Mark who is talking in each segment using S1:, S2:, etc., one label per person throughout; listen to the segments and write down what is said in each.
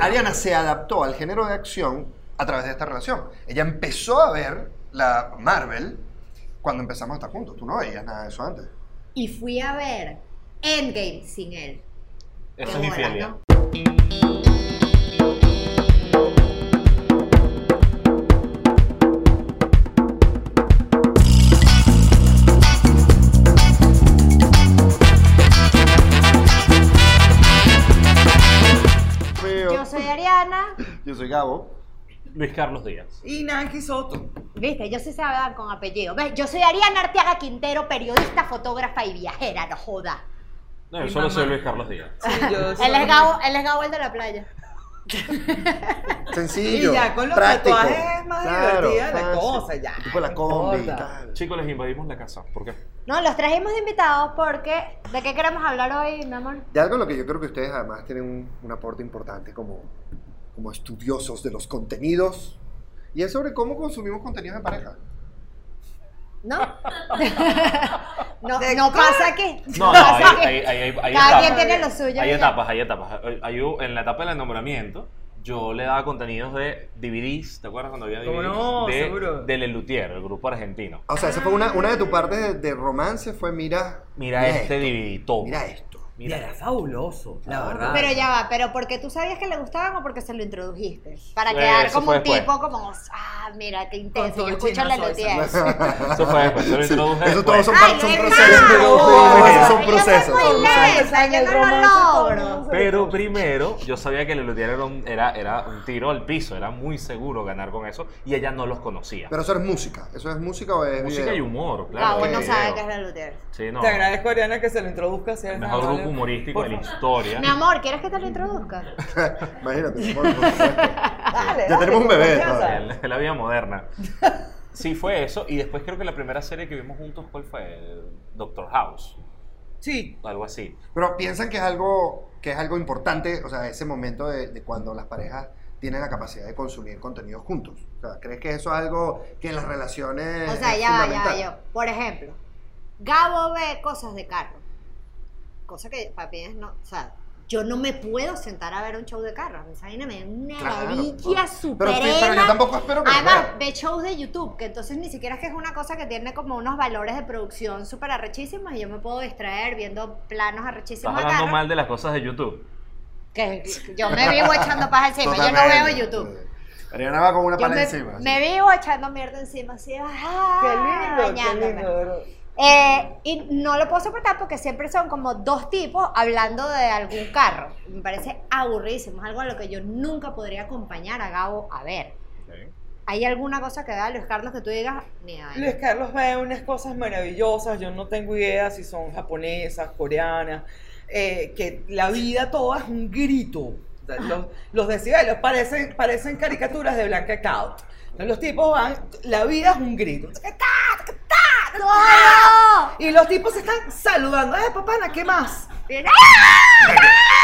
S1: Ariana se adaptó al género de acción a través de esta relación. Ella empezó a ver la Marvel cuando empezamos a estar juntos. Tú no veías nada de eso antes.
S2: Y fui a ver Endgame sin él.
S3: Eso
S2: Qué
S3: es
S2: bolas,
S3: infidelidad.
S2: ¿no? Yo soy Ariana.
S1: Yo soy Gabo.
S3: Luis Carlos Díaz.
S4: Y Nancy Soto.
S2: Viste, yo sí se dar con apellido. ¿Ves? Yo soy Ariana Arteaga Quintero, periodista, fotógrafa y viajera, no joda.
S3: No,
S4: Mi
S3: yo solo
S4: mamá.
S3: soy Luis Carlos Díaz.
S4: Sí, yo soy-
S2: Él es Gabo, él es Gabo el de la playa.
S1: Sencillo.
S4: Y ya, con los
S1: práctico.
S4: tatuajes es más divertida la cosa, ya,
S1: Tipo la
S4: no
S1: combi y
S4: importa.
S1: tal.
S3: Chicos, les invadimos la casa. ¿Por qué?
S2: No, los trajimos de invitados porque. ¿De qué queremos hablar hoy, mi amor?
S1: De algo en lo que yo creo que ustedes además tienen un, un aporte importante como, como estudiosos de los contenidos. Y es sobre cómo consumimos contenidos de pareja.
S2: ¿No? no
S4: ¿De
S2: no
S4: qué?
S2: pasa aquí.
S3: No, no,
S2: pasa
S3: ahí,
S2: aquí.
S3: ahí- ahí- ahí- hay
S2: Cada quien
S3: etapas.
S2: tiene lo suyo.
S3: Hay
S2: ya.
S3: etapas, hay etapas. Hay- hay un- en la etapa del enamoramiento, yo le daba contenidos de DVDs, ¿te acuerdas cuando había
S4: ¿Cómo
S3: DVDs?
S4: no?
S3: de,
S4: Seguro.
S3: De Le Luthier, el grupo argentino.
S1: O sea, esa fue una, una de tus partes de, de romance fue mira,
S3: Mira este DVD, todo.
S1: mira esto.
S4: Mira,
S3: Mira.
S4: era fabuloso, la verdad.
S2: Pero ya va, pero porque tú sabías que le gustaban o porque se lo introdujiste. Para
S3: Eh,
S2: quedar
S3: eso
S2: como
S3: fue
S2: un
S3: después.
S2: tipo como, ah, mira, qué intenso.
S4: todo
S2: Yo
S4: el
S2: escucho la
S4: chinazo ese,
S2: Lutier.
S3: Eso fue después, yo lo
S1: Sí,
S3: introduje
S1: eso todos
S3: después.
S1: son,
S2: Ay,
S1: par- son
S2: no es
S1: procesos.
S2: nada.
S1: Todos
S2: Yo
S1: son
S2: no
S1: procesos.
S2: soy
S1: son
S2: nada.
S1: procesos.
S2: Esa, yo no lo logro.
S3: Pero primero, yo sabía que Le Luthier era un, era, era un tiro al piso, era muy seguro ganar con eso, y ella no los conocía.
S1: Pero eso es música. ¿Eso es música o es
S3: Música
S1: video?
S3: y humor, claro.
S2: Gabo no
S3: video.
S2: Ah, sabe qué es la Lutier.
S3: Sí, no.
S4: Te agradezco, Ariana, que se lo introduzcas. si eres
S3: Mejor
S4: tan
S3: grupo
S4: amable.
S3: humorístico
S4: Por
S3: de la
S4: favor.
S3: historia.
S2: Mi amor, ¿quieres que te lo introduzca?
S1: Imagínate. por- por supuesto.
S4: Dale,
S1: Ya
S4: dale,
S1: tenemos un
S4: con
S1: bebé,
S4: confianza.
S1: joder.
S3: La, la vida moderna. Sí, fue eso. Y después creo que la primera serie que vimos juntos, ¿cuál fue? Doctor House,
S4: Sí.
S3: o algo así.
S1: Pero piensan que es algo que es algo importante, o sea, ese momento de, de cuando las parejas tienen la capacidad de consumir contenidos juntos. O sea, ¿crees que eso es algo que en las relaciones
S2: O sea,
S1: es
S2: ya va, ya va
S1: fundamental?
S2: yo. Por ejemplo, Gabo ve cosas de carro. Cosa que papi es no. O sea, yo no me puedo sentar a ver un show de carro. A mí esa vaina me da una
S1: Claro,
S2: varilla
S1: claro.
S2: súper
S1: Pero, sí, pero yo
S2: ema.
S1: tampoco espero que lo
S2: Además,
S1: vean.
S2: ve shows de YouTube, que entonces ni siquiera es que es una cosa que tiene como unos valores de producción súper arrechísimos y yo me puedo distraer viendo planos
S3: Estás
S2: arrechísimos de
S3: hablando
S2: carro.
S3: mal de las cosas de YouTube.
S2: Que yo me vivo echando paja encima, yo no veo
S1: Totalmente.
S2: YouTube.
S1: Ariana va con una
S2: Yo
S1: pala
S2: me,
S1: encima.
S2: me vivo echando mierda encima, así, ah,
S4: Qué lindo, qué
S2: bañándome.
S4: lindo. de verdad.
S2: Eh, y no lo puedo soportar porque siempre son como dos tipos hablando de algún carro. Me parece aburridísimo, es algo a lo que yo nunca podría acompañar a Gabo a ver. ¿Hay alguna cosa que vea Luis Carlos que tú digas? Ni vaina"?
S4: Luis Carlos ve unas cosas maravillosas, yo no tengo idea si son japonesas, coreanas, eh, que la vida toda es un grito. O sea, Los, los decibelios parecen, parecen caricaturas de Blanca Cow. Los tipos van, la vida es un grito.
S2: ¡No!
S4: Y los tipos se están saludando. ¡Eh, papana, qué más!
S2: Bien.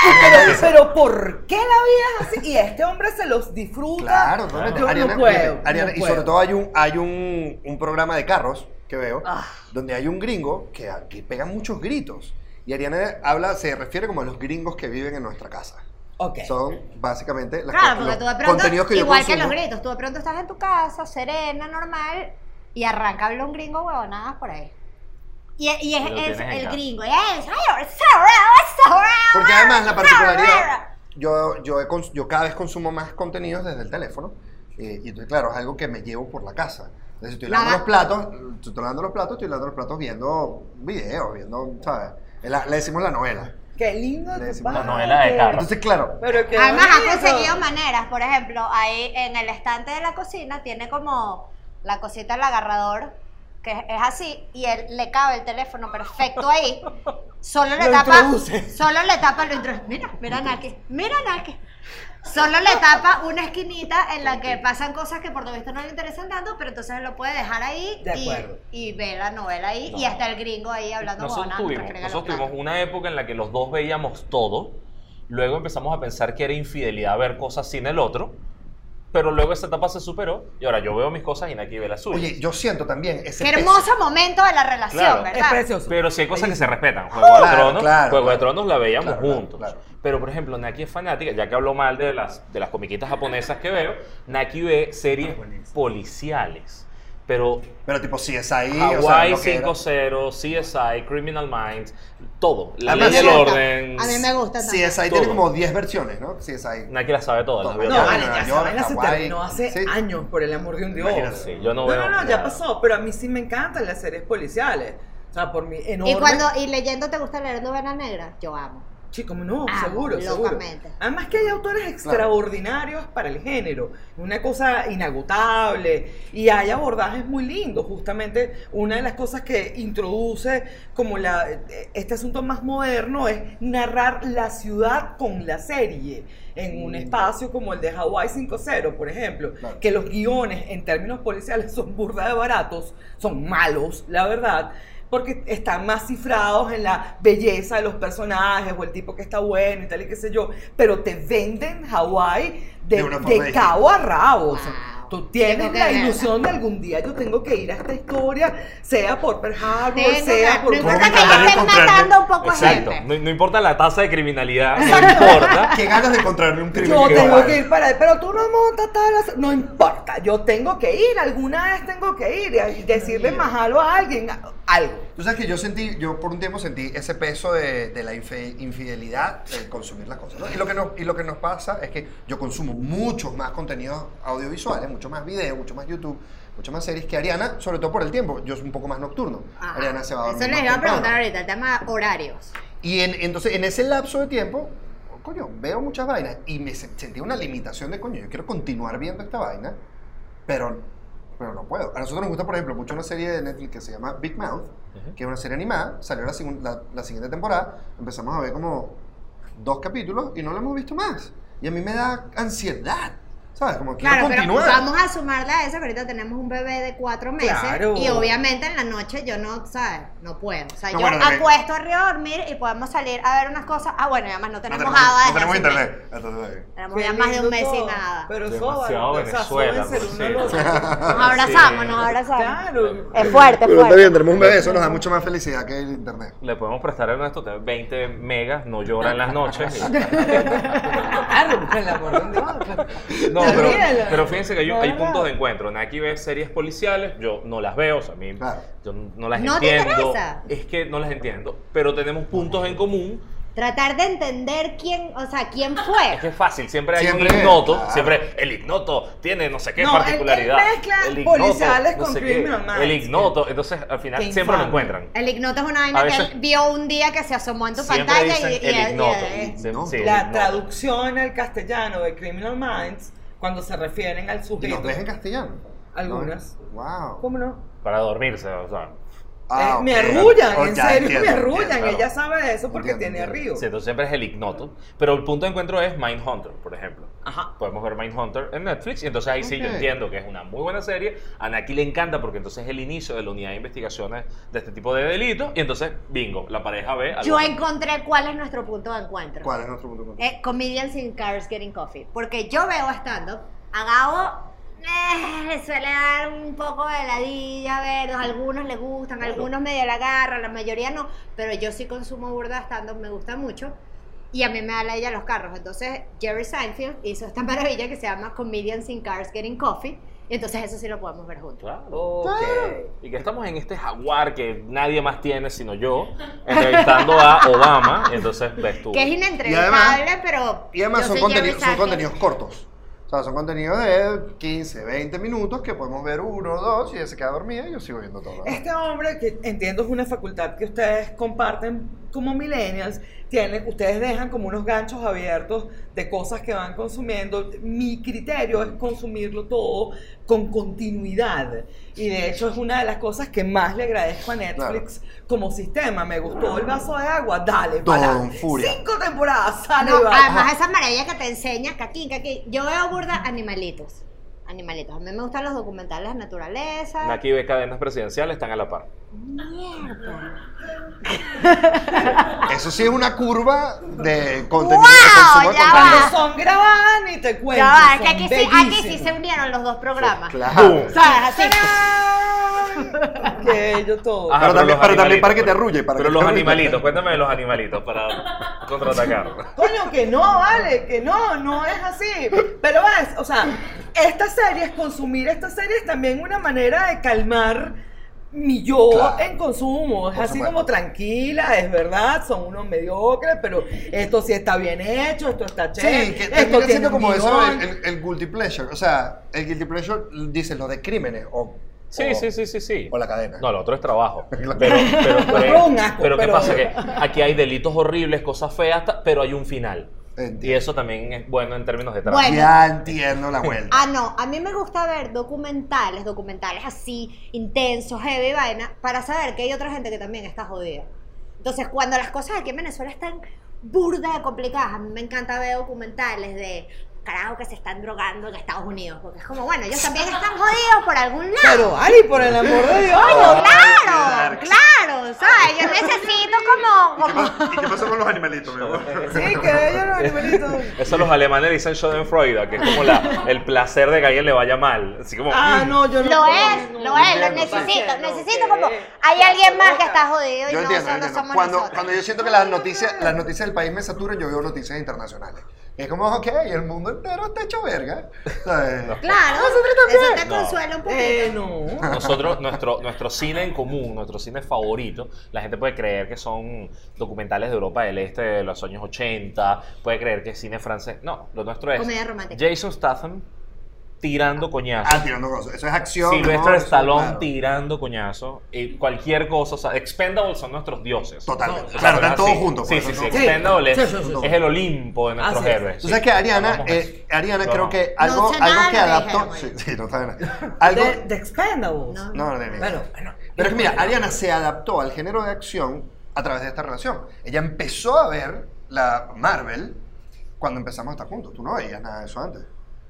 S4: Pero, pero ¿por qué la vida es así? Y este hombre se los disfruta.
S1: Claro,
S3: Claro.
S1: totalmente.
S4: Yo no
S1: Ariana,
S4: puedo,
S1: fíjate, Ariana-
S4: no
S1: y
S4: puedo.
S1: sobre todo hay un hay un, un programa de carros que veo
S4: Ah.
S1: donde hay un gringo que, que pega muchos gritos y Ariana habla se refiere como a los gringos que viven en nuestra casa.
S4: Ok.
S1: Son básicamente las
S2: Claro,
S1: co-
S2: porque tú de
S1: los contenidos
S2: pronto,
S1: que yo
S2: igual que
S1: consumo.
S2: los gritos, tú de pronto estás en tu casa, serena, normal, y arranca a hablar un gringo huevonadas por ahí. Y, y es,
S3: Y lo
S2: es
S3: tienes en
S2: el
S3: casa.
S2: gringo. "Eh, sorry, sorry, sorry".
S1: Porque además
S2: Ah,
S1: la particularidad, yo, yo, he cons- yo cada vez consumo más contenidos desde el teléfono. eh, y entonces, claro, es algo que me llevo por la casa. Entonces, estoy lavando
S2: Nada.
S1: los platos, estoy lavando los platos, estoy lavando los platos viendo videos, viendo, ¿sabes? La- le decimos la novela.
S4: Qué lindo
S1: Le
S4: tu
S1: decimos
S3: la
S4: padre.
S3: novela de Carlos.
S1: Entonces, claro,
S4: Pero qué
S2: Además ha
S4: bonito.
S2: conseguido maneras, por ejemplo, ahí en el estante de la cocina tiene como la cosita del agarrador, que es es así, y él le cabe el teléfono perfecto ahí. Solo le
S4: Lo
S2: tapa,
S4: introduce.
S2: solo le tapa lo introduce. Mira, mira Naki, mira Naki. Solo le tapa una esquinita en la que pasan cosas que por lo visto no le interesan tanto, pero entonces él lo puede dejar ahí
S4: De
S2: y,
S4: acuerdo.
S2: y ve la novela ahí y
S3: No.
S2: hasta el gringo ahí hablando
S3: Nosotros
S2: huevonadas mientras
S3: tuvimos,
S2: frega
S3: nosotros
S2: los
S3: tuvimos
S2: platos.
S3: una época en la que los dos veíamos todo. Luego empezamos a pensar que era infidelidad ver cosas sin el otro. pero luego esa etapa se superó y ahora yo veo mis cosas y Naki ve las suyas.
S1: Oye, yo siento también ese
S2: Qué
S1: peso.
S2: hermoso momento de la relación,
S3: Claro.
S2: ¿verdad?
S4: Es precioso.
S3: Pero sí hay cosas que se respetan. Juego de
S1: Claro,
S3: Tronos,
S1: claro,
S3: Juego de
S1: claro.
S3: Tronos la veíamos
S1: Claro, claro,
S3: juntos.
S1: claro.
S3: Pero por ejemplo, Naki es fanática, ya que habló mal de las, de las comiquitas japonesas que veo, Naki ve series
S1: Buenísimo.
S3: policiales. Pero
S1: Pero tipo, si es ahí. o sea,
S3: Hawaii
S1: lo que era.
S3: 5-0, CSI, Criminal Minds, todo. La
S1: Además,
S3: ley
S2: me
S3: del
S1: sí.
S2: gusta.
S3: orden.
S2: A mí me gusta.
S1: Si es ahí,
S3: Todo.
S1: tiene como 10 versiones, ¿no? Si es ahí.
S3: Naki la sabe todas. las
S1: No,
S3: veo
S4: No,
S3: todas.
S4: vale,
S1: Nueva
S4: ya
S1: York,
S4: saben, se
S1: Hawái,
S4: terminó hace
S1: sí.
S4: años, por el amor de un Dios.
S1: Imagínate.
S3: Sí, yo no
S4: No,
S3: veo.
S4: no, no, ya pasó, pero a mí sí me encantan las series policiales. O sea, por mi enorme...
S2: Y cuando y leyendo te gusta leer novela negra, yo amo.
S4: Sí, como no,
S2: Amo,
S4: seguro, seguro.
S2: locamente.
S4: Además que hay autores extraordinarios para el género, una cosa inagotable y hay abordajes muy lindos, justamente una de las cosas que introduce como la este asunto más moderno es narrar la ciudad con la serie en un espacio como el de Hawaii 5.0, por ejemplo,
S1: Claro.
S4: que los guiones en términos policiales son burda de baratos, son malos, la verdad, porque están más cifrados en la belleza de los personajes o el tipo que está bueno y tal y qué sé yo, pero te venden Hawái de,
S1: De una forma
S4: de
S1: distinta.
S4: cabo a rabo. o sea,
S2: Wow.
S4: Tú
S2: Tengo
S4: tienes
S2: que
S4: la
S2: verla.
S4: ilusión de algún día yo tengo que ir a esta historia, sea por Pearl Harbor,
S2: Tengo
S4: sea
S2: que-
S4: por...
S2: no importa
S1: ¿Cómo
S2: que ya
S1: intentaré
S2: estén
S1: encontrarme?
S2: matando un poco a
S3: Exacto.
S2: gente.
S3: No, no importa la tasa de criminalidad, no importa.
S1: Qué ganas de encontrarle un crimen.
S4: Yo
S1: que
S4: tengo
S1: vale.
S4: que ir para ahí, pero tú no montas todas las... No importa, yo tengo que ir, alguna vez tengo que ir y decirle majalo a alguien, a- algo.
S1: Tú sabes que yo sentí, yo por un tiempo sentí ese peso de, de la infe- infidelidad de consumir las cosas. ¿no? Y, lo que nos, y lo que nos pasa es que yo consumo muchos más contenidos audiovisuales, mucho más video, mucho más YouTube, mucho más series que Ariana, sobre todo por el tiempo. Yo soy un poco más nocturno.
S2: Ajá.
S1: Ariana se va a dormir.
S2: Ah, Eso les
S1: más
S2: iba a preguntar
S1: temprano.
S2: ahorita, el tema horarios.
S1: Y en- entonces, en ese lapso de tiempo, coño, veo muchas vainas y me se- sentí una limitación de, coño, yo quiero continuar viendo esta vaina, pero, pero no puedo. A nosotros nos gusta, por ejemplo, mucho una serie de Netflix que se llama Big Mouth,
S3: Ujú.
S1: que es una serie animada, salió la, segun- la- la siguiente temporada, empezamos a ver como dos capítulos y no lo hemos visto más. Y a mí me da ansiedad, ¿sabes? Como quiero
S2: Claro, pero
S1: continuar.
S2: vamos a sumarla a eso, que ahorita tenemos un bebé de cuatro meses
S4: Claro.
S2: y obviamente en la noche yo no, ¿sabes? No puedo. O sea,
S1: No,
S2: yo
S1: bueno, también.
S2: acuesto arriba a dormir y podemos salir a ver unas cosas. Ah, bueno, y además no
S1: no
S2: tenemos
S1: tenemos,
S2: nada.
S1: no
S2: desde
S1: tenemos
S2: hace un mes.
S1: internet. Entonces,
S2: Tenemos
S4: Qué
S2: ya más de un
S4: lindo
S2: mes
S4: todo.
S2: sin nada.
S4: Pero
S3: Demasiado
S4: sóbanlo, o sea,
S3: Venezuela,
S4: sóbense el
S3: por
S4: uno al
S3: cierto.
S4: otro.
S2: Nos abrazamos,
S3: Sí.
S2: nos abrazamos.
S4: Claro.
S2: Es fuerte, es
S1: Pero está bien,
S2: fuerte.
S1: tenemos un bebé, eso nos da mucha más felicidad que el internet.
S3: Le podemos prestar a nuestro hotel 20 megas, no llora en las noches.
S4: Claro, por el amor de un Dios, claro.
S3: No,
S4: Te
S3: pero,
S4: ríes,
S3: pero fíjense que hay, hay
S4: ¿verdad?
S3: puntos de encuentro. Aquí ve series policiales, yo no las veo, o sea, a mí
S1: Claro.
S3: yo no las
S2: ¿No te
S3: entiendo.
S2: interesa?
S3: es que no las entiendo, pero tenemos puntos en común.
S2: Tratar de entender quién, o sea, quién
S3: Es que
S2: fue.
S3: es fácil, siempre hay
S1: Siempre,
S3: un ignoto,
S1: claro.
S3: siempre el ignoto tiene no sé qué
S4: No, él- él
S3: particularidad.
S4: mezcla policiales con criminal minds.
S3: El ignoto, entonces al final
S4: Qué
S3: siempre lo
S4: infame.
S3: encuentran.
S2: El ignoto es una
S3: A
S2: vaina que
S3: veces-
S2: él vio un día que se asomó en tu
S3: Siempre
S2: pantalla y,
S3: dicen
S2: y-
S3: el
S2: y-
S3: ignoto.
S2: y-
S3: Sí,
S1: Ignoto.
S3: sí, el
S4: La
S3: ignoto.
S4: traducción al castellano de Criminal Minds, cuando se refieren al
S1: ¿Y
S4: sujeto,
S1: los ves en castellano?
S4: Algunas.
S1: Wow.
S4: ¿cómo no?
S3: Para dormirse, o sea.
S1: Ah,
S4: Eh,
S1: ok.
S4: Me arrullan,
S1: Oh,
S4: en
S1: ya,
S4: serio,
S1: entiendo,
S4: me arrullan.
S1: entiendo.
S3: claro.
S4: Ella sabe de eso porque
S1: Entiendo,
S4: tiene
S1: entiendo.
S4: río.
S3: Sí, entonces siempre es el ignoto. Pero el punto de encuentro es Mindhunter, por ejemplo.
S4: Ajá.
S3: Podemos ver Mindhunter en Netflix y entonces ahí sí yo
S1: Ok.
S3: entiendo que es una muy buena serie. A Naki le encanta porque entonces es el inicio de la unidad de investigaciones de este tipo de delitos y entonces, bingo, la pareja ve a
S2: Yo
S3: los-
S2: encontré cuál es nuestro punto de encuentro.
S1: ¿Cuál es nuestro punto de contacto?
S2: Eh, comedians in cars getting coffee. Porque yo veo stand-up, a Gabo eh, le suele dar un poco de ladilla, verlos, algunos le gustan,
S3: Claro.
S2: algunos medio la agarran, la mayoría no, pero yo sí consumo burda de stand-up, me gusta mucho. Y a mí me da la idea los carros. Entonces, Jerry Seinfeld hizo esta maravilla que se llama Comedians in Cars Getting Coffee. Y entonces, eso sí lo podemos ver juntos.
S3: Claro.
S4: Ok.
S3: Y que estamos en este jaguar que nadie más tiene sino yo, entrevistando a Obama. Y entonces ves tú.
S2: Que es inentrevistable, pero.
S1: Y Oh. además
S2: yo
S1: son,
S2: soy Jerry
S1: contenidos, son
S2: Seinfeld.
S1: contenidos cortos. O sea, son contenidos de 15, 20 minutos que podemos ver uno o dos y ella se queda dormida y yo sigo viendo todo.
S4: Este hombre, que entiendo es una facultad que ustedes comparten como millennials, tienen, ustedes dejan como unos ganchos abiertos de cosas que van consumiendo. Mi criterio es consumirlo todo con continuidad. Y de hecho es una de las cosas que más le agradezco a Netflix como sistema. Me gustó el vaso de agua, dale,
S1: Todo
S4: pa'lante.
S1: en furia.
S4: Cinco temporadas, sale,
S2: No,
S4: y va. Ah.
S2: además esa maravilla que te enseña, caquín, caquín. Yo veo burda animalitos. animalitos. A mí me gustan los documentales de naturaleza.
S3: Naki ve cadenas presidenciales, están a la par.
S2: Mierda.
S1: Eso sí es una curva de contenido.
S2: ¡Guau!
S1: de consumo de contenido.
S2: Ya va.
S4: Cuando son grabadas ni te cuento.
S2: Ya va, es que
S4: son
S2: aquí sí, aquí sí
S4: bellísimas.
S2: se unieron los dos programas.
S1: Claro.
S2: O sea, así.
S4: ¡Tarán! Qué bello todo.
S1: Ajá. Pero también- pero también
S3: los animalitos,
S1: para que te
S3: pues.
S1: arrulle, para
S3: pero
S1: que
S3: los
S1: te arrulle.
S3: animalitos, cuéntame de los animalitos para contraatacar.
S4: Coño, que no, vale, que no, no es así. Pero ves, o sea, estas series, consumir estas series también una manera de calmar mi yo
S1: Claro.
S4: en consumo. Es
S1: Por
S4: así
S1: supuesto.
S4: como tranquila, es verdad, son unos mediocres, pero esto sí está bien hecho, esto está chévere.
S1: Sí, que
S4: esto
S1: termina
S4: tiene
S1: siendo
S4: un
S1: como eso
S4: guión.
S1: el, el, el guilty pleasure. O sea, el guilty pleasure dice lo de crímenes o,
S3: Sí,
S1: o-
S3: sí, sí, sí, sí.
S1: o la cadena.
S3: No, lo otro es trabajo. Pero,
S1: Claro.
S3: pero,
S4: Otro un asco,
S3: pero ¿qué
S4: pero-
S3: pasa? Que aquí hay delitos horribles, cosas feas, ta- pero hay un final.
S1: Entiendo.
S3: Y eso también es bueno en términos de trabajo.
S2: Bueno.
S1: Ya entiendo la vuelta.
S2: Ah, no, a mí me gusta ver documentales, documentales así, intensos, heavy, vaina, para saber que hay otra gente que también está jodida. Entonces, cuando las cosas aquí en Venezuela están burdas de complicadas, a mí me encanta ver documentales de carajo que se están drogando en Estados Unidos, porque es como, bueno, ellos también están jodidos por algún lado.
S4: Pero, Ali, por el amor de
S2: Coño,
S4: Dios.
S1: Ay,
S2: claro,
S1: qué darks.
S2: claro, o sea, yo necesito como...
S1: ¿Y
S2: como-
S1: pas- ¿Y qué pasó con los animalitos, mi amor?
S4: Sí, que bello los animalitos.
S3: Eso los alemanes dicen Schadenfreude, que es como la, el placer de que a alguien le vaya mal. Así como, "Mm".
S4: Ah, no, yo no
S2: Lo
S4: puedo,
S2: es,
S4: no,
S2: lo es, lo
S4: no,
S2: necesito,
S4: no, no,
S2: necesito
S4: ¿qué?
S2: como... Hay alguien más que está jodido y
S1: Yo
S2: no
S1: entiendo, yo
S2: solo
S1: entiendo.
S2: somos
S1: Cuando,
S2: nosotros.
S1: cuando yo siento que las noticias, las noticias del país me saturan, yo veo noticias internacionales. Es como, ok, el mundo entero está hecho verga. ¿Sabes?
S2: Claro, eso te
S3: No.
S2: consuela un poquito.
S4: Eh, no.
S1: Ah,
S3: Nosotros, nuestro, nuestro cine en común, nuestro cine favorito, la gente puede creer que son documentales de Europa del Este de los años 80, puede creer que es cine francés. No, lo nuestro es
S2: Comedia romántica.
S3: Jason Statham tirando coñazo.
S1: Ah, tirando cosas. Eso es acción.
S3: Silvestre
S1: ¿no? Eso,
S3: Stallone
S1: claro.
S3: tirando coñazo. Y cualquier cosa. O sea, Expendables son nuestros dioses.
S1: Totalmente.
S3: O sea,
S1: Claro, están
S3: así.
S1: todos juntos,
S3: Sí,
S1: por
S3: sí,
S1: eso
S3: sí.
S1: no-
S4: Sí.
S3: Expendables
S4: Sí, sí, sí, sí.
S3: es el Olimpo de nuestros
S4: Así es.
S3: héroes.
S1: Tú
S3: Sí.
S1: sabes que Ariana,
S3: Vamos a-
S1: eh, Ariana
S3: No,
S1: creo
S3: no.
S1: que algo,
S2: No sé
S1: algo
S2: nada
S1: que
S2: de la
S1: adaptó. Sí,
S2: mujer,
S1: sí, no está bien. Algo.
S4: De, de Expendables.
S2: No.
S1: No, no, no, no.
S4: Bueno, bueno.
S1: Pero es que mira, Ariana se adaptó al género de acción a través de esta relación. Ella empezó a ver la Marvel cuando empezamos a estar juntos. Tú no veías nada de eso antes.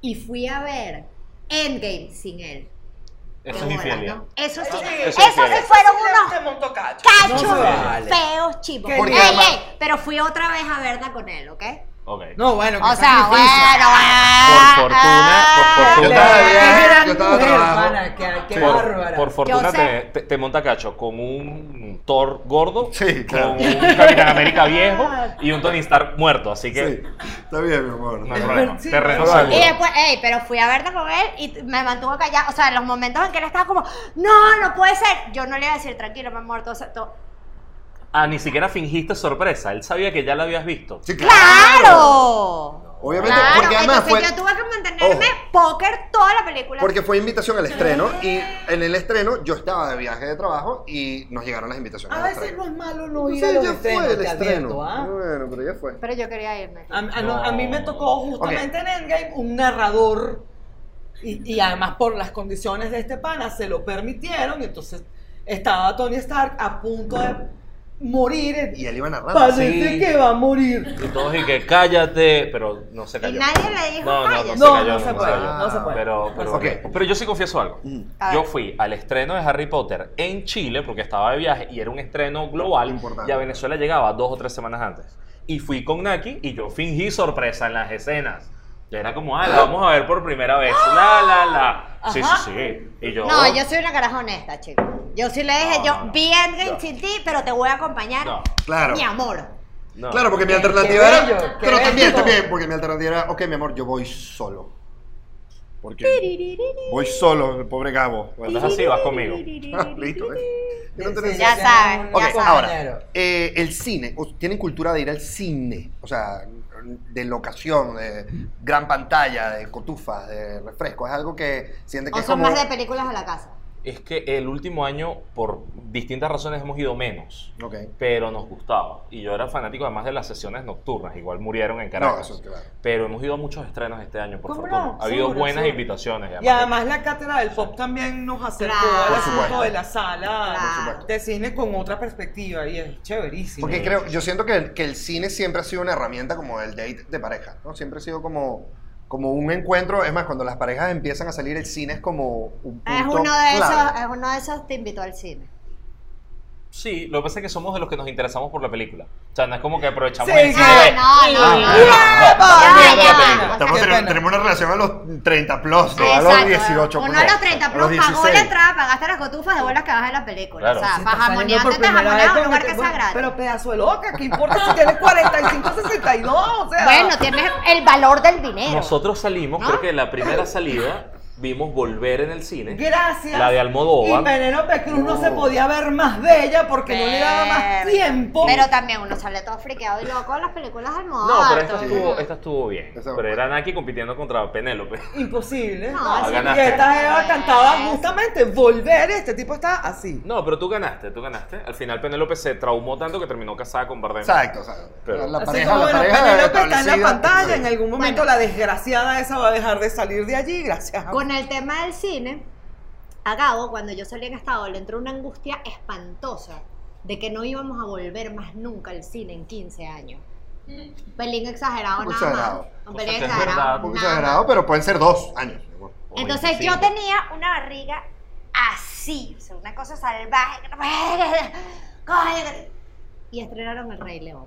S2: Y fui a ver Endgame sin él.
S3: Eso es
S2: Ahora,
S3: infidelidad.
S2: ¿no? Eso sí,
S4: Eso sí,
S2: eso
S3: eso es
S2: sí
S3: infidelidad.
S2: fueron
S4: Te
S2: unos
S4: montó cacho. No
S2: cachos
S4: se vale.
S2: feos, chicos.
S4: Que
S2: Ey,
S1: ya-
S2: ey, pero fui otra vez a verla con él, ¿ok?
S3: Ok.
S4: No, bueno.
S2: O
S4: qué
S2: sea, bueno,
S4: sacrificio.
S2: bueno.
S3: Por fortuna, por
S2: ah,
S1: Yo
S3: fortuna.
S1: estaba
S4: Qué
S1: bien,
S4: gran
S1: yo estaba
S4: mujer,
S1: trabajo.
S4: pana, qué- qué
S3: Por,
S4: bárbara.
S3: por fortuna
S2: sé.
S3: te, te- te monta cacho como un Thor gordo,
S1: Sí, claro.
S3: con un Capitán América viejo y un Tony Stark muerto, así que
S1: Sí, está bien, mi amor.
S3: no hay problema.
S4: Sí, Eh,
S3: Te rento
S1: sí.
S3: seguro.
S2: Y después, ey, pero fui a verla con él y t- me mantuvo callada. O sea, en los momentos en que él estaba como, no, no puede ser. Yo no le iba a decir, tranquilo, mi amor, todo. se- todo".
S3: Ah, ni siquiera fingiste sorpresa, él sabía que ya la habías visto.
S1: Sí,
S2: ¡Claro!
S1: Obviamente,
S2: Claro,
S1: porque además
S2: entonces
S1: fue,
S2: yo tuve que mantenerme póker toda la película.
S1: porque fue invitación al estreno y en el estreno yo estaba de viaje de trabajo y nos llegaron las invitaciones.
S4: A
S1: al
S4: veces
S1: estreno.
S4: no es malo no ir a
S1: Entonces,
S4: los
S1: ya
S4: estrenos,
S1: fue el
S4: te advierto,
S1: estreno.
S4: ¿ah?
S1: Bueno, pero ya fue.
S2: Pero yo quería irme.
S4: A, a- no, a mí me tocó justamente
S1: Ok.
S4: en Endgame un narrador y, y además por las condiciones de este pana se lo permitieron y entonces estaba Tony Stark a punto de morir.
S1: Y él iba narrando.
S4: Parece
S3: sí.
S4: que va a morir.
S3: Y todos y que cállate, pero no se
S2: Y
S3: cayó.
S2: nadie le dijo
S3: No, no,
S2: cállate.
S3: se
S4: No,
S3: cayó,
S4: no
S3: no
S4: se
S3: se
S4: puede,
S3: cayó.
S4: no se puede.
S3: Pero, pero,
S1: Ok. Mm.
S3: pero yo sí confieso algo.
S2: A
S3: Yo
S2: ver.
S3: fui al estreno de Harry Potter en Chile porque estaba de viaje y era un estreno global
S1: Importante.
S3: y a Venezuela llegaba dos o tres semanas antes. Y fui con Naki y yo fingí sorpresa en las escenas. Y era como, ah, la vamos a ver por primera vez. La, la, la. Sí,
S4: Ajá.
S3: sí, sí. Y yo...
S2: No, yo soy una caraja honesta, chicos. Yo sí le dije,
S3: No,
S2: yo
S3: no, no.
S2: vi Endgame
S3: No.
S2: sin ti, pero te voy a acompañar.
S3: No,
S1: Claro.
S2: Mi amor.
S3: no.
S1: Claro, porque mi
S4: Qué-
S1: alternativa
S4: qué
S1: era.
S4: bello, qué
S1: pero también,
S4: bello.
S1: también, porque mi alternativa era, ok, mi amor, yo voy solo. Porque voy solo, el pobre Gabo.
S3: Cuando es así, vas conmigo.
S1: Listo, ¿eh? Yo no tenía-
S2: Ya
S4: Sí,
S2: saben,
S4: sí,
S1: Ok,
S2: ya
S4: sí,
S2: saben.
S1: ahora, eh, el cine, o- tienen cultura de ir al cine, o sea, de locación, de gran pantalla, de cotufas, de refresco, es algo que sienten que
S2: O
S1: es
S2: son
S1: como...
S2: más de películas a la casa.
S3: Es que el último año, por distintas razones, hemos ido menos.
S1: Ok.
S3: Pero nos gustaba. Y yo era fanático además de las sesiones nocturnas. Igual murieron en Caracas.
S1: No, eso es claro.
S3: Pero hemos ido a muchos estrenos este año, por
S4: ¿Cómo
S3: fortuna.
S4: no?
S3: Ha habido
S4: Seguro,
S3: buenas
S4: seguro.
S3: invitaciones.
S4: Y además la cátedra del pop también nos acercó al
S2: Claro.
S4: asunto de la sala
S2: Claro.
S4: de cine con otra perspectiva y es chéverísimo.
S1: Porque creo, yo siento que, que el cine siempre ha sido una herramienta como el date de pareja, ¿no? Siempre ha sido como como un encuentro. Es más, cuando las parejas empiezan a salir, el cine es como un punto
S2: Es uno
S1: clave.
S2: de esos, es uno de esos te invitó al cine.
S3: Sí, lo que pasa es que somos de los que nos interesamos por la película. O sea, no es como que aprovechamos
S4: Sí,
S3: el
S4: sí.
S3: cine.
S4: Ah,
S3: de-
S2: no, no, no.
S3: no, no,
S1: Ah,
S2: Ya,
S3: no,
S2: ya.
S3: no, no, no, no, no, no, no, no, no, no, no, no, no, no, no,
S1: Estamos-
S4: Qué
S1: tenemos,
S4: pena.
S1: tenemos una relación a los 30 plus, no a los
S2: Exacto.
S1: 18.
S2: Uno
S1: pues,
S2: de
S1: no,
S2: los 30
S1: a los
S2: plus pagó
S1: 16.
S2: la entrada, pagaste las cotufas de bolas que bajas de la película.
S3: Claro.
S2: O sea,
S3: Se
S2: para jamonearte te jamoneas a un lugar que sea gratis.
S4: Pero pedazo de loca, ¿qué importa si tienes 45, 62? O sea,
S2: Bueno, tienes el valor del dinero.
S3: Nosotros salimos,
S2: ¿No?
S4: ¿Ah?
S3: creo que la primera salida vimos volver en el cine.
S4: gracias.
S3: La de Almodóvar.
S4: Y Penélope Cruz no. se podía ver más de ella porque no le daba más
S2: Pero-
S4: tiempo.
S2: Pero también uno sale todo friqueado y loco en las películas del modo.
S3: No, pero esta
S1: sí.
S3: estuvo, esta estuvo bien.
S1: Esa
S3: pero
S1: fue.
S3: era Naki compitiendo contra Penélope.
S4: Imposible.
S2: No,
S4: Así
S3: sí.
S4: y
S3: ganaste.
S4: esta Eva cantaba justamente volver. Este tipo está así.
S3: No, pero tú ganaste, tú ganaste. Al final Penélope se traumó tanto que terminó casada con Bardem.
S1: Exacto, exacto.
S3: Pero-
S1: la
S4: así
S1: pareja,
S4: como
S1: la
S4: bueno,
S1: pareja
S4: Penélope está en la
S1: establecida,
S4: pantalla.
S1: sí.
S4: En algún momento
S2: Bueno.
S4: la desgraciada esa va a dejar de salir de allí. Gracias. a-
S2: Con el tema del cine, a Gabo, cuando yo salí en estado, le entró una angustia espantosa de que no íbamos a volver más nunca al cine en 15 años.
S4: Mm.
S2: Un pelín exagerado,
S1: Un
S2: nada
S1: exagerado.
S2: más. Un
S3: Cosa
S2: pelín
S3: que es
S2: exagerado.
S1: Un poco
S2: nada más.
S1: exagerado, pero pueden ser dos años.
S3: O
S2: Entonces
S3: 25.
S2: yo tenía una barriga así, o sea, una cosa salvaje. que no puede- coño, que- Y estrenaron El Rey León.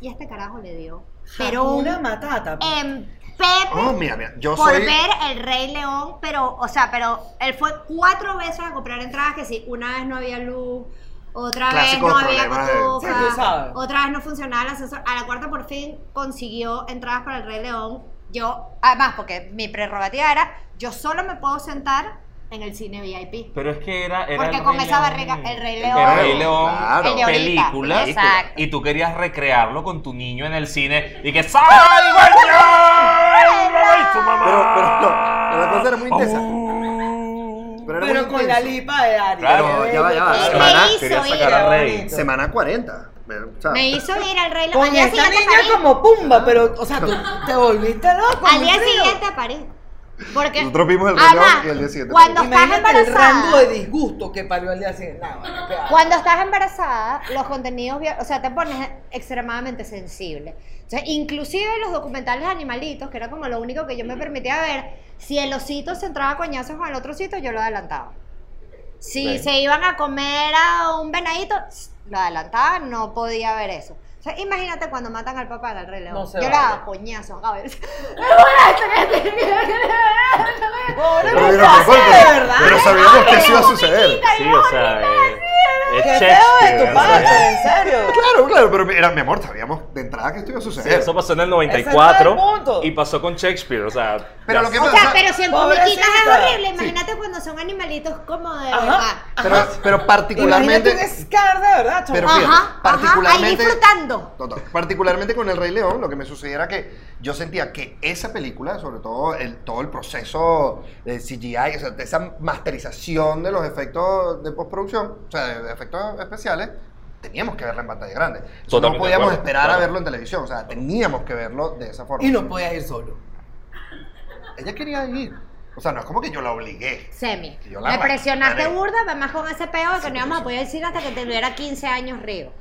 S2: Y este carajo le dio. Pero un Eh,
S4: una matata. pues.
S2: empete
S1: Oh, mira, mira, yo
S2: por
S1: soy...
S2: ver El Rey León, pero, o sea, pero él fue cuatro veces a comprar entradas que sí, una vez no había luz. Otra
S1: Clásico
S2: vez no había
S1: problema de-
S2: cotufa,
S4: Sí, tú sabes.
S2: otra vez no funcionaba el ascensor. A la cuarta por fin consiguió entradas para el Rey León. Yo, además, porque mi prerrogativa era, yo solo me puedo sentar en el cine VIP.
S3: Pero es que era. era
S2: Porque
S3: el
S2: con
S3: Rey
S2: esa
S3: León.
S2: barriga, el Rey
S3: El
S2: León.
S3: Rey León,
S1: Claro.
S2: El de ahorita,
S3: película.
S2: exacto.
S3: Y tú querías recrearlo con tu niño en el cine. Y que ¡Salva el León! Y tu mamá.
S1: Pero, pero no, la cosa era muy intensa.
S3: Uh.
S1: Pero era
S4: Pero
S1: muy
S4: con
S1: intenso.
S4: la lipa de Ari.
S3: Claro,
S1: ya va, ya va.
S2: Y
S1: Ah,
S3: Semana,
S2: me
S3: quería
S2: hizo ir,
S3: sacar a Rey.
S4: Bonito.
S1: Semana 40. o sea,
S2: me hizo ir al Rey León.
S4: Con
S2: Al día
S4: esta
S2: siguiente
S4: niña
S2: a París.
S4: como pumba, pero, o sea, tú te volviste loco.
S2: Al
S4: muy
S2: día
S4: frío.
S2: siguiente a París. Porque,
S1: Nosotros vimos el Rey
S2: Además,
S1: León y al día siguiente
S2: Cuando estás
S4: Imagínate el rango
S2: embarazada,
S4: de disgusto que parió al día siguiente. No, bueno, qué asco.
S2: cuando estás embarazada, los contenidos, bio- o sea, te pones extremadamente sensible. O sea, inclusive los documentales de animalitos, que era como lo único que yo me permitía ver, si el osito se entraba a coñazos con el otro osito, yo lo adelantaba. Si
S3: Claro.
S2: se iban a comer a un venadito, tss, lo adelantaba, no podía ver eso. O sea, imagínate cuando matan al papá del relevo.
S4: No se
S2: yo le
S4: vale.
S2: daba coñazos, a ver.
S4: Pobre
S1: Pero,
S4: mujer,
S1: mira, pero,
S4: de verdad.
S1: pero sabíamos que eso iba a suceder.
S3: Sí, o sea. eh, Es
S4: Qué feo de
S3: Shakespeare,
S4: tu parte,
S3: ¿sabes?
S4: en serio.
S1: Claro, claro, pero era mi amor, sabíamos de entrada que esto iba a
S3: Sí,
S1: suceder.
S3: eso pasó en el
S4: Ese fue el
S3: 94
S4: punto.
S3: y pasó con Shakespeare, o sea.
S1: Pero
S3: ya
S1: lo que
S3: sé.
S2: O sea, pero si en comiquitas es
S4: Pobrecita.
S2: horrible, imagínate cuando son animalitos como de
S4: Ajá.
S2: verdad.
S1: pero, pero
S4: Imagínate
S1: particularmente.
S4: un Scar de verdad, chaval.
S1: Pero
S2: Ajá,
S1: fíjate,
S2: ajá, ahí
S1: particularmente.
S2: disfrutando.
S1: Total. Particularmente con El Rey León, lo que me sucedió era que yo sentía que esa película, sobre todo el, todo el proceso de CGI, o sea, de esa masterización de los efectos de postproducción, o sea, de, de efectos especiales, teníamos que verla en pantalla grande. Eso
S3: Totalmente
S1: no podíamos
S3: de acuerdo,
S1: esperar a
S3: claro.
S1: verlo en televisión, o sea, teníamos que verlo de esa forma.
S4: Y no podía ir solo.
S1: Ella quería ir. O sea, no es como que yo la obligué.
S2: Semi.
S1: Yo la
S2: Me
S1: arranqué.
S2: presionaste
S1: Vale.
S2: burda, además con ese peo de que no íbamos a poder decir hasta que tuviera 15 años río.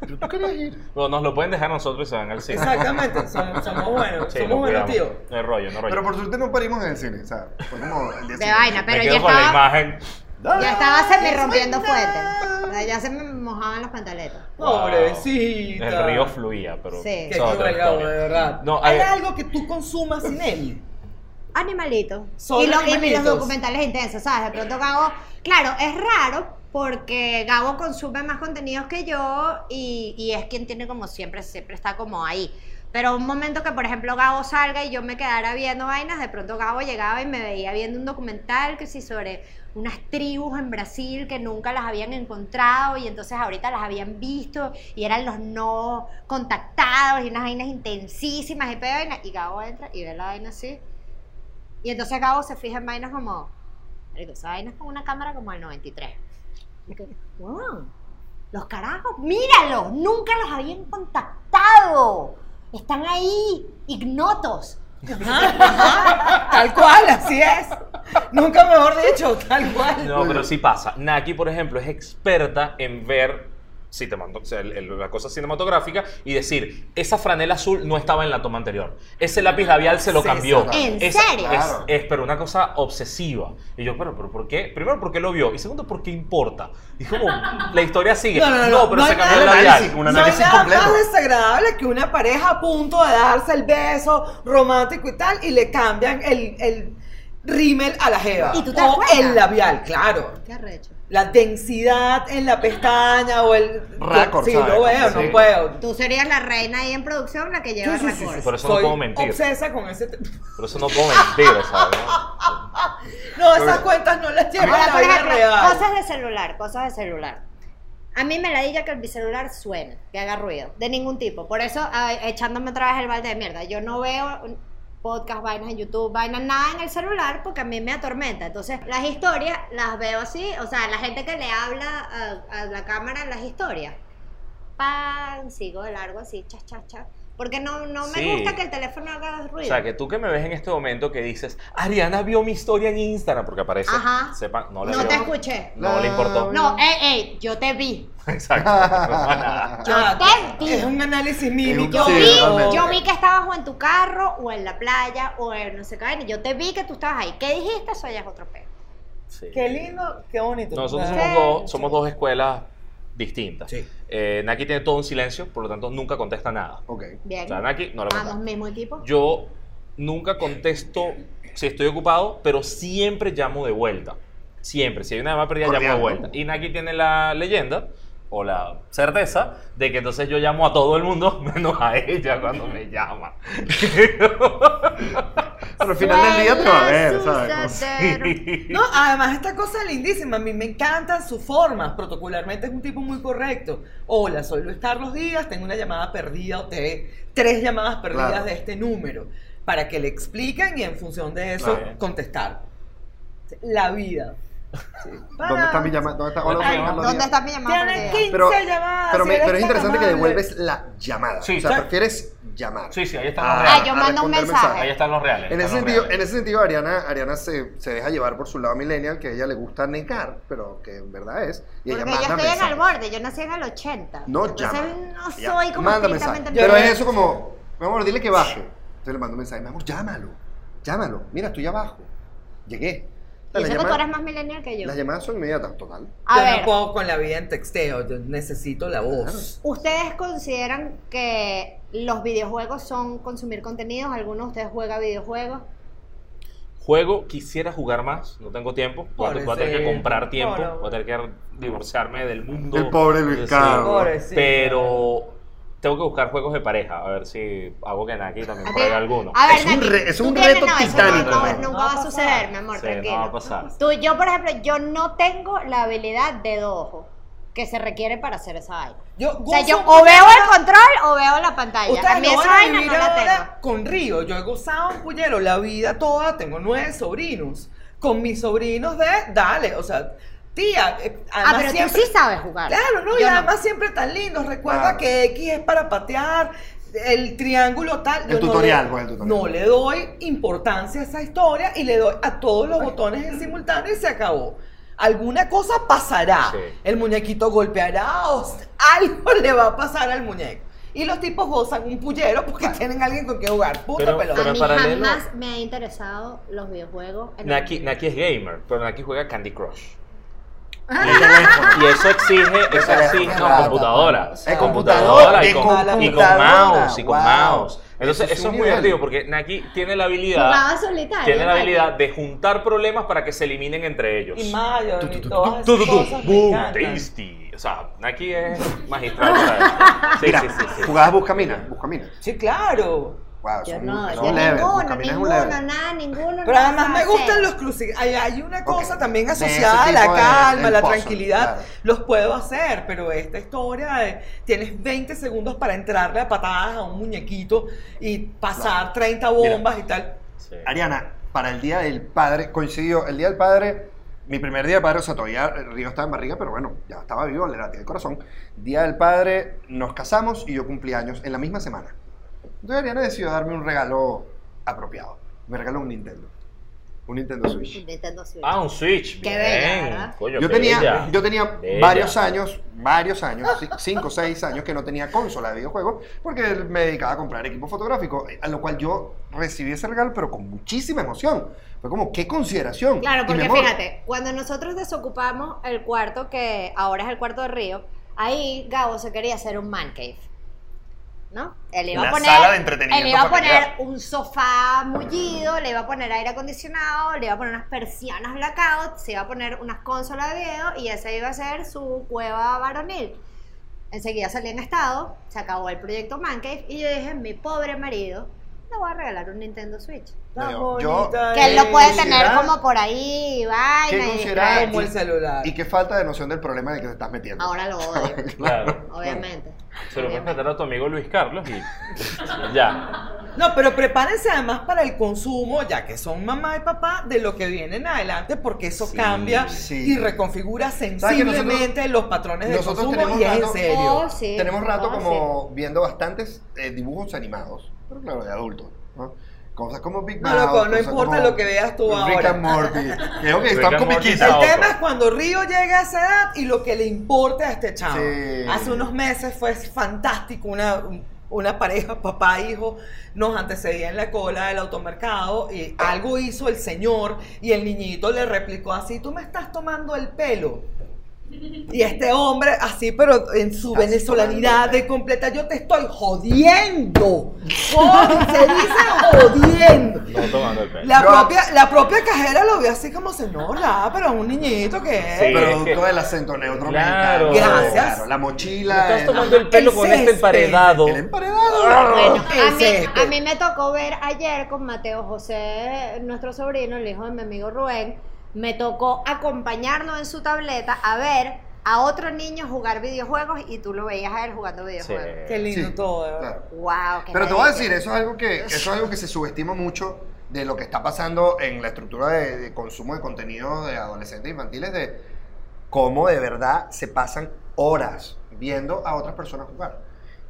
S1: Pero tú querías ir.
S3: Bueno, nos lo pueden dejar a nosotros y se van al cine.
S4: Exactamente, somos, somos buenos,
S3: Sí,
S4: somos
S3: nos
S4: buenos, tío.
S3: cuidamos. No hay rollo, no hay rollo.
S1: Pero por suerte no parimos en el cine, o sea, fue como el día
S2: De
S1: siguiente.
S2: vaina, pero
S3: Me
S2: ya
S3: quedo con la
S2: estaba,
S3: imagen.
S2: ya estaba semi rompiendo
S4: Ay,
S2: fuentes. O sea, Ya se me mojaban las pantaletas.
S4: Pobrecita.
S3: El río fluía, pero.
S2: Sí.
S4: Qué
S3: esa es otra
S4: cruel, Gabo, de
S3: historia.
S4: verdad.
S3: No, eh,
S4: ¿Hay
S3: hay-
S4: algo que tú consumas sin él?
S2: Animalitos.
S4: Son
S2: y, los- y
S4: animalitos.
S2: los documentales intensos, ¿sabes? De pronto Gabo. Claro, es raro porque Gabo consume más contenidos que yo y, y es quien tiene como siempre, siempre está como ahí. Pero un momento que, por ejemplo, Gabo salga y yo me quedara viendo vainas, de pronto Gabo llegaba y me veía viendo un documental que sí sobre unas tribus en Brasil que nunca las habían encontrado y entonces ahorita las habían visto y eran los no contactados y unas vainas intensísimas y pedo de vaina. Y Gabo entra y ve la vaina así. Y entonces Gabo se fija en vainas como. Marico, esa vaina es con una cámara como el 93. Y que, "Wow, Los carajos, míralos, nunca los habían contactado. Están ahí, ignotos.
S4: Tal cual, así es. Nunca mejor dicho, tal cual.
S3: No, pero sí pasa. Naki, por ejemplo, es experta en ver cinemato- o sea, el- el- la cosa cinematográfica y decir, esa franela azul no estaba en la toma anterior. Ese lápiz labial se lo
S4: Sí,
S3: cambió.
S1: exacto.
S2: ¿En
S3: Es-
S2: serio?
S3: es-
S1: Claro.
S3: es, pero una cosa obsesiva. Y yo, pero, pero ¿por qué? Primero, porque lo vio. Y segundo, porque importa. Y es como, la historia sigue.
S4: No, no, no, no,
S3: pero
S4: no
S3: se
S4: hay
S3: cambió
S1: nada.
S3: el
S1: Análisis,
S3: labial.
S1: un
S4: No hay
S1: análisis
S4: nada
S1: completo.
S4: más desagradable que una pareja a punto de darse el beso romántico y tal, y le cambian el, el rímel a la jeva.
S2: ¿Y tú te das
S4: o
S2: cuenta?
S4: el labial, claro.
S2: Qué arrecho.
S4: La densidad en la pestaña o el...
S1: Récord,
S4: Sí,
S1: ¿sabes?
S4: lo veo,
S1: Sí.
S4: no puedo.
S2: Tú serías la reina ahí en producción la que lleva
S4: Sí, sí,
S2: la
S4: sí, sí, sí.
S3: Por eso no
S4: Soy
S3: puedo mentir.
S4: obsesa con ese... te-
S3: Pero eso no puedo mentir, ¿sabes?
S4: No,
S1: Pero-
S4: esas cuentas no las llevo a
S2: Ahora,
S4: la
S2: por
S4: vida
S2: ejemplo,
S4: real.
S2: cosas de celular, cosas de celular. A mí me la diga que mi celular suene, que haga ruido, de ningún tipo. Por eso, ay, echándome otra vez el balde de mierda, yo no veo un- podcast, vainas en YouTube, vainas, nada en el celular porque a mí me atormenta. Entonces, las historias las veo así, o sea, la gente que le habla a, a la cámara en las historias. Pan, sigo de largo así, cha, cha, cha. Porque no, no me
S3: Sí.
S2: gusta que el teléfono haga ruido.
S3: O sea, que tú que me ves en este momento que dices, Ariana vio mi historia en Instagram, porque aparece,
S2: Ajá.
S3: sepan, no la
S2: no
S3: vio.
S2: te escuché.
S3: No le importó.
S2: No, ey, ey, yo te vi.
S3: Exacto. Nada.
S2: yo te
S4: Ah, es
S2: vi.
S4: un análisis mímico.
S2: Yo
S1: Sí,
S2: vi,
S1: totalmente.
S2: yo vi que estabas o en tu carro o en la playa o en no sé qué. vaina. Yo te vi que tú estabas ahí. ¿Qué dijiste? Eso ya es otro peo.
S3: Sí.
S4: Qué lindo, qué bonito.
S3: Nosotros
S4: Ah.
S3: somos dos, somos dos escuelas distintas.
S1: Sí.
S3: Eh, Naki tiene todo un silencio, por lo tanto nunca contesta nada.
S1: Ok.
S2: Bien.
S3: O sea, Naki no le
S2: Vamos,
S3: contesta.
S2: mismo equipo.
S3: Yo nunca contesto si estoy ocupado, pero siempre llamo de vuelta. Siempre. Si hay una llamada perdida, llamo
S1: Cordial,
S3: de
S1: ¿no?
S3: vuelta. Y Naki tiene la leyenda o la certeza de que entonces yo llamo a todo el mundo menos a ella cuando me llama.
S1: Pero al final del día te va a ver,
S2: Suena
S1: ¿sabes?
S2: suceder.
S4: No, además esta cosa es lindísima, a mí me encantan sus formas, protocolarmente es un tipo muy correcto. Hola, soy Luis Carlos Díaz, tengo una llamada perdida o te- tres llamadas perdidas
S1: Claro.
S4: de este número, para que le expliquen y en función de eso
S3: Claro.
S4: contestar. La vida. Sí.
S1: ¿Dónde está mi llamada? ¿Dónde está? Hola,
S3: Ay,
S1: buenos días.
S2: ¿Dónde está mi llamada?
S4: Tiene
S2: perdida?
S4: 15
S1: Pero-
S4: llamadas.
S1: Pero,
S4: si
S1: me-
S4: eres
S1: pero es
S4: tan
S1: interesante que
S4: amable.
S1: devuelves la llamada.
S3: Sí,
S1: o sea,
S3: exacto.
S1: prefieres llamar.
S3: Sí, sí, ahí están
S1: Ah,
S3: los
S2: Ah,
S3: reales.
S2: yo
S1: a
S2: mando un
S1: responder
S2: mensaje.
S3: Ahí están los reales.
S1: En ese,
S3: están los
S1: sentido,
S3: reales.
S1: en ese sentido, Ariana, Ariana se, se deja llevar por su lado millennial, que a ella le gusta negar, pero que en verdad es. Y ella
S2: Porque yo
S1: manda
S2: estoy en
S1: mensajes.
S2: el borde, yo nací en el 80.
S1: No
S2: Entonces,
S1: llama.
S2: no
S1: Ya,
S2: soy como
S1: Manda mensaje.
S2: estrictamente
S1: Pero
S2: militar.
S1: es eso como, mi amor, dile que baje. Entonces le mando un mensaje, mi amor, llámalo. Llámalo. Mira, estoy abajo. Llegué.
S2: Y
S1: Las
S2: eso que tú
S1: llamadas-
S2: eres más millennial que yo.
S1: Las llamadas son inmediatas, total.
S2: A
S4: yo
S2: ver,
S4: no puedo con la vida en texteo, yo necesito la voz.
S2: ¿Ustedes consideran que los videojuegos son consumir contenidos? ¿Alguno de ustedes juega videojuegos?
S3: Juego, quisiera jugar más, no tengo tiempo. Voy a, voy a tener que
S4: Pobrecito.
S3: comprar tiempo,
S4: Pobre.
S3: voy a tener que divorciarme del mundo.
S1: El pobre Luis
S3: Sí,
S1: Carlos.
S4: Pobrecito.
S3: Pero tengo que buscar juegos de pareja, a ver si hago que Naki también
S2: ver,
S3: juegue alguno.
S2: A ver,
S1: Es un
S2: Naki,
S1: re- es
S2: tú
S1: un
S2: tienes-
S1: reto
S2: no, eso
S1: titánico.
S2: No, no, nunca
S4: No
S2: va
S4: va
S2: a
S4: a
S2: suceder,
S4: pasar.
S2: mi amor,
S3: Sí,
S2: tranquilo.
S3: no va a pasar.
S2: Tú, yo, por ejemplo, yo no tengo la habilidad de ojo que se requiere para hacer esa vaina.
S4: Yo
S2: O sea,
S4: gozo
S2: yo
S4: un
S2: o veo el
S4: puñado-
S2: control o veo la pantalla. A
S4: Ustedes
S2: mí
S4: lo
S2: esa
S4: van a
S2: vaina
S4: vivir
S2: no la
S4: ahora
S2: tengo.
S4: con Río. Yo he gozado un puñero la vida toda. Tengo nueve sobrinos. Con mis sobrinos de, dale, o sea, tía. eh,
S2: Ah,
S4: además
S2: pero
S4: siempre-
S2: tú sí sabes jugar.
S4: Claro, ¿no? y
S2: Yo
S4: además siempre tan lindos. Recuerda
S1: Claro.
S4: que X es para patear, el triángulo tal.
S1: El
S4: Yo
S1: tutorial,
S4: no
S1: pues,
S4: le,
S1: el tutorial.
S4: No le doy importancia a esa historia y le doy a todos los botones en simultáneo y se acabó. Alguna cosa pasará.
S3: Sí.
S4: El muñequito golpeará o s- algo le va a pasar al muñeco. Y los tipos gozan un pullero porque tienen alguien con quien jugar. Puta
S3: Pero-
S4: pelota.
S3: pero-
S2: a
S3: en
S2: mí
S3: paralelo-
S2: jamás me ha interesado los videojuegos. en el-
S3: Naki, Naki es gamer, pero Naki juega Candy Crush.
S1: El teléfono.
S3: Y eso exige, eso
S1: teléfono,
S3: exige no,
S1: claro.
S3: computadora.
S4: O sea,
S3: Y
S1: computadora,
S3: y con,
S1: de
S3: y con mouse, y con
S1: computadora.
S3: mouse. Entonces,
S1: Eso es
S3: eso es
S1: un
S3: muy
S1: nivel.
S3: divertido porque Naki tiene
S2: Jugaba
S3: la habilidad,
S2: solitario.
S3: tiene la
S2: ¿eh? Naki.
S3: habilidad de juntar problemas para que se eliminen entre ellos.
S4: Y mayo,
S1: Tu, tu,
S4: y
S1: tu,
S4: todas esas
S3: Tú, tú, tú.
S4: cosas me
S3: Boom,
S4: encantan.
S3: tasty. O sea, Naki es magistral. para eso. Sí,
S1: Mira,
S3: sí, sí, sí.
S1: jugabas Buscamina, Buscamina.
S4: Sí, claro.
S1: Wow,
S2: Yo
S1: son,
S2: no,
S1: son
S2: yo
S1: leves,
S2: ninguno,
S1: Buscamina es un
S2: ninguno,
S1: leve.
S2: nada, ninguno.
S4: Pero
S2: nada,
S4: además me
S2: nada,
S4: gustan
S2: cero.
S4: los crucifixos. Hay, hay una
S1: Ok.
S4: cosa también
S1: De
S4: asociada
S1: ese
S4: a la
S1: tipo de-
S4: calma,
S1: del
S4: la
S1: puzzle,
S4: tranquilidad.
S1: claro.
S4: Los puedo hacer, pero esta historia de tienes 20 segundos para entrarle a patadas a un muñequito y pasar 30 bombas y tal.
S3: Sí.
S1: Ariana, para el Día del Padre, coincidió el Día del Padre, mi primer Día del Padre, o sea, todavía Río estaba en barriga, pero bueno, ya estaba vivo, le latía el corazón. Día del Padre, nos casamos y yo cumplí años en la misma semana. Entonces Ariana decidió darme un regalo apropiado. Me regaló un Nintendo. Un Nintendo Switch.
S2: Nintendo Switch.
S3: Ah, un Switch.
S2: Qué
S3: bien.
S2: bella, ¿verdad?
S3: Coño,
S1: Yo
S3: qué
S1: tenía,
S3: bella.
S1: yo tenía
S3: Bella.
S1: varios años, varios años, ci- cinco o seis años que no tenía consola de videojuegos porque me dedicaba a comprar equipo fotográfico, a lo cual yo recibí ese regalo, pero con muchísima emoción. Fue como, qué consideración.
S2: Claro,
S1: Y mi
S2: porque
S1: amor,
S2: fíjate, cuando nosotros desocupamos el cuarto que ahora es el cuarto de Río, ahí Gabo se quería hacer un man cave. ¿No? Él iba
S1: La
S2: a poner,
S1: sala de entretenimiento
S2: él iba a poner
S1: familiar.
S2: un sofá mullido, le iba a poner aire acondicionado, le iba a poner unas persianas blackout, se iba a poner unas consolas de video y esa iba a ser su cueva varonil. Enseguida salí en estado, se acabó el proyecto Man Cave y yo dije, mi pobre marido, le voy a regalar un Nintendo Switch.
S4: Tan
S1: Yo-
S4: bonita
S2: Que él lo
S4: es.
S2: puede
S1: ¿Será?
S2: tener como por ahí, vaina.
S1: ¿Qué
S2: y
S1: considerar?
S2: distraer.
S4: Como el celular.
S1: Y qué falta de noción del problema en el que te estás metiendo.
S2: Ahora lo odio,
S3: Claro.
S2: obviamente.
S3: Se lo puedes
S2: Obviamente.
S3: meter a tu amigo Luis Carlos y ya.
S4: No, pero prepárense además para el consumo, ya que son mamá y papá, de lo que viene en adelante, porque eso
S3: Sí,
S4: cambia
S1: sí.
S4: y reconfigura
S1: ¿Sabes que nosotros-
S4: sensiblemente los patrones de
S1: nosotros
S4: consumo
S1: tenemos
S4: y es en
S1: datos-
S4: serio.
S2: Oh, sí.
S1: Tenemos rato
S2: Oh,
S1: como viendo bastantes eh, dibujos animados, pero claro, de adultos. ¿no? Cosas como Big
S4: No,
S1: Mouth,
S4: loco, no
S1: cosas
S4: importa
S1: como
S4: lo que veas tú
S1: Rick
S4: ahora.
S1: and Morty. Creo que
S3: Rick
S1: están
S3: and Morty
S1: comiquitas.
S3: está
S4: El tema
S3: otro.
S4: es cuando Río llega a esa edad y lo que le importa a este chavo.
S1: Sí.
S4: Hace unos meses fue fantástico, una, una pareja, papá e hijo, nos antecedía en la cola del automercado y algo hizo el señor y el niñito le replicó así, tú me estás tomando el pelo. Y este hombre, así, pero en su
S1: Estás
S4: venezolanidad
S1: tomando el
S4: de completa, yo te estoy jodiendo. Coño, se dice jodiendo.
S3: No tomando el pelo.
S4: La,
S1: Yo-
S4: propia, la propia cajera lo vio así como se no, la, pero un niñito que es.
S3: Sí. es
S1: Producto
S3: que-
S1: del acento neutro
S3: Claro.
S1: mexicano.
S4: Gracias.
S1: Claro, la mochila.
S3: Me estás
S1: el-
S3: tomando el pelo con
S4: Ese
S3: este
S4: es
S3: emparedado.
S1: el emparedado.
S2: Bueno, a
S4: Es
S2: mí,
S4: este.
S2: a mí me tocó ver ayer con Mateo José, nuestro sobrino, el hijo de mi amigo Rubén, me tocó acompañarnos en su tableta a ver a otro niño jugar videojuegos y tú lo veías a él jugando videojuegos.
S4: Qué
S3: Sí.
S4: lindo
S1: Sí,
S4: todo. de verdad.
S1: claro.
S2: Wow, qué
S1: Pero te voy a
S2: maravilla.
S1: decir, eso es algo que, eso es algo que se subestima mucho de lo que está pasando en la estructura de, de consumo de contenido de adolescentes infantiles, de cómo de verdad se pasan horas viendo a otras personas jugar.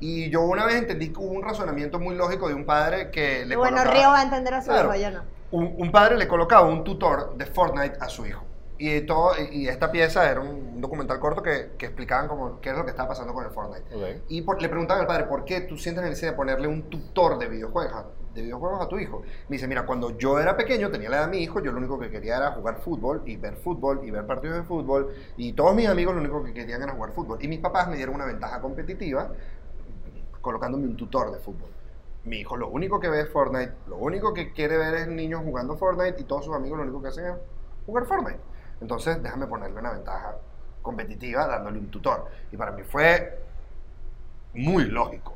S1: Y yo una vez entendí que hubo un razonamiento muy lógico de un padre que le
S2: Bueno,
S1: colocaba-
S2: Río va a entender a su
S1: Claro.
S2: hijo, yo no.
S1: un, un padre le colocaba un tutor de Fortnite a su hijo. Y, todo, y y esta pieza era un documental corto que, que explicaban como qué es lo que estaba pasando con el Fortnite.
S3: Ok.
S1: Y por- le preguntaban al padre, ¿por qué tú sientes la necesidad de ponerle un tutor de videojuegos, a- de videojuegos a tu hijo? Me dice, mira, cuando yo era pequeño, tenía la edad de mi hijo, yo lo único que quería era jugar fútbol y ver fútbol y ver partidos de fútbol. Y todos mis amigos lo único que querían era jugar fútbol. Y mis papás me dieron una ventaja competitiva colocándome un tutor de fútbol. Mi hijo lo único que ve es Fortnite, lo único que quiere ver es niños jugando Fortnite y todos sus amigos lo único que hacen es jugar Fortnite. Entonces, déjame ponerle una ventaja competitiva dándole un tutor. Y para mí fue muy lógico.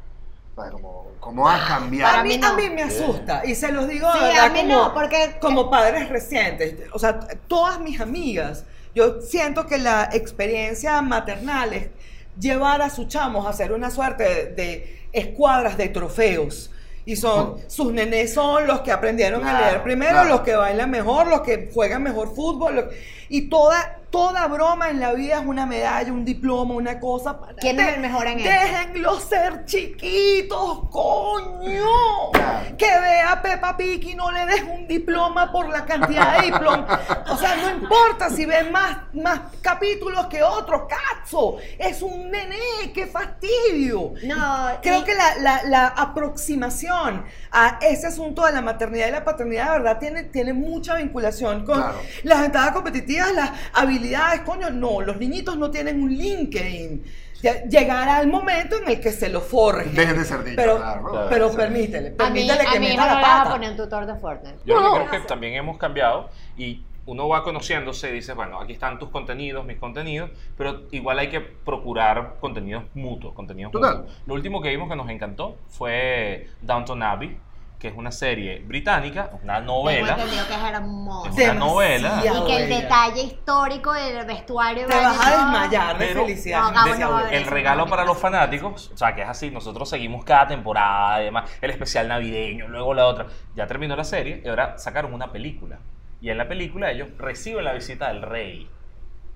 S1: O sea, como, como ha cambiado.
S4: Para
S2: Para
S4: mí,
S2: mí no.
S4: a mí me asusta y se los digo
S2: Sí,
S4: de verdad,
S2: a mí
S4: como,
S2: no, porque- eh,
S4: como padres recientes, o sea, t- todas mis amigas, yo siento que la experiencia maternal es llevar a sus chamos a hacer una suerte de, de escuadras de trofeos. Y son, sus nenes son los que aprendieron a
S1: Claro,
S4: leer primero,
S1: claro.
S4: los que bailan mejor, los que juegan mejor fútbol. los- y toda, toda broma en la vida es una medalla, un diploma, una cosa. para-
S2: ¿Quién es el mejor en esto?
S4: Déjenlos ser chiquitos, coño.
S1: Claro.
S4: Que vea a Peppa Pig y no le des un diploma por la cantidad de diplomas. O sea, no importa si ves más, más capítulos que otros, cazo. Es un nené, qué fastidio.
S2: No,
S4: Creo
S2: y-
S4: que la, la- la aproximación a ese asunto de la maternidad y la paternidad, de verdad, tiene, tiene mucha vinculación con
S1: Claro.
S4: las ventajas competitivas, las habilidades. Coño, no, los niñitos no tienen un LinkedIn. Ya- Llegará el momento en el que se lo forjen.
S1: Dejen de ser niños,
S4: Pero,
S1: claro.
S4: pero
S1: Sí.
S4: permítele,
S2: A mí,
S4: permítele
S2: a
S4: que
S2: mi hijo
S4: meta
S2: no le
S4: la
S2: vas a
S4: pata.
S2: poner un tutor de Fortnite.
S3: Yo
S1: No.
S3: lo que creo que también hemos cambiado y uno va conociéndose y dices, bueno, aquí están tus contenidos, mis contenidos, pero igual hay que procurar contenidos mutuos, contenidos
S1: Total.
S3: mutuos. Lo último que vimos que nos encantó fue Downton Abbey, que es una serie británica, una
S2: Tengo
S3: novela.
S2: entendido que es hermoso.
S3: una novela.
S2: Y que el
S4: bella.
S2: detalle histórico del vestuario.
S4: Te
S2: baño,
S4: vas a
S2: todo.
S4: desmayar de
S3: Pero-
S4: felicidad.
S2: No, Gabo,
S4: Decía
S2: no va a
S4: abuela.
S2: haber.
S3: El regalo para los fanáticos, o sea, que es así, nosotros seguimos cada temporada, además, el especial navideño, luego la otra. Ya terminó la serie y ahora sacaron una película. Y en la película ellos reciben la visita del rey.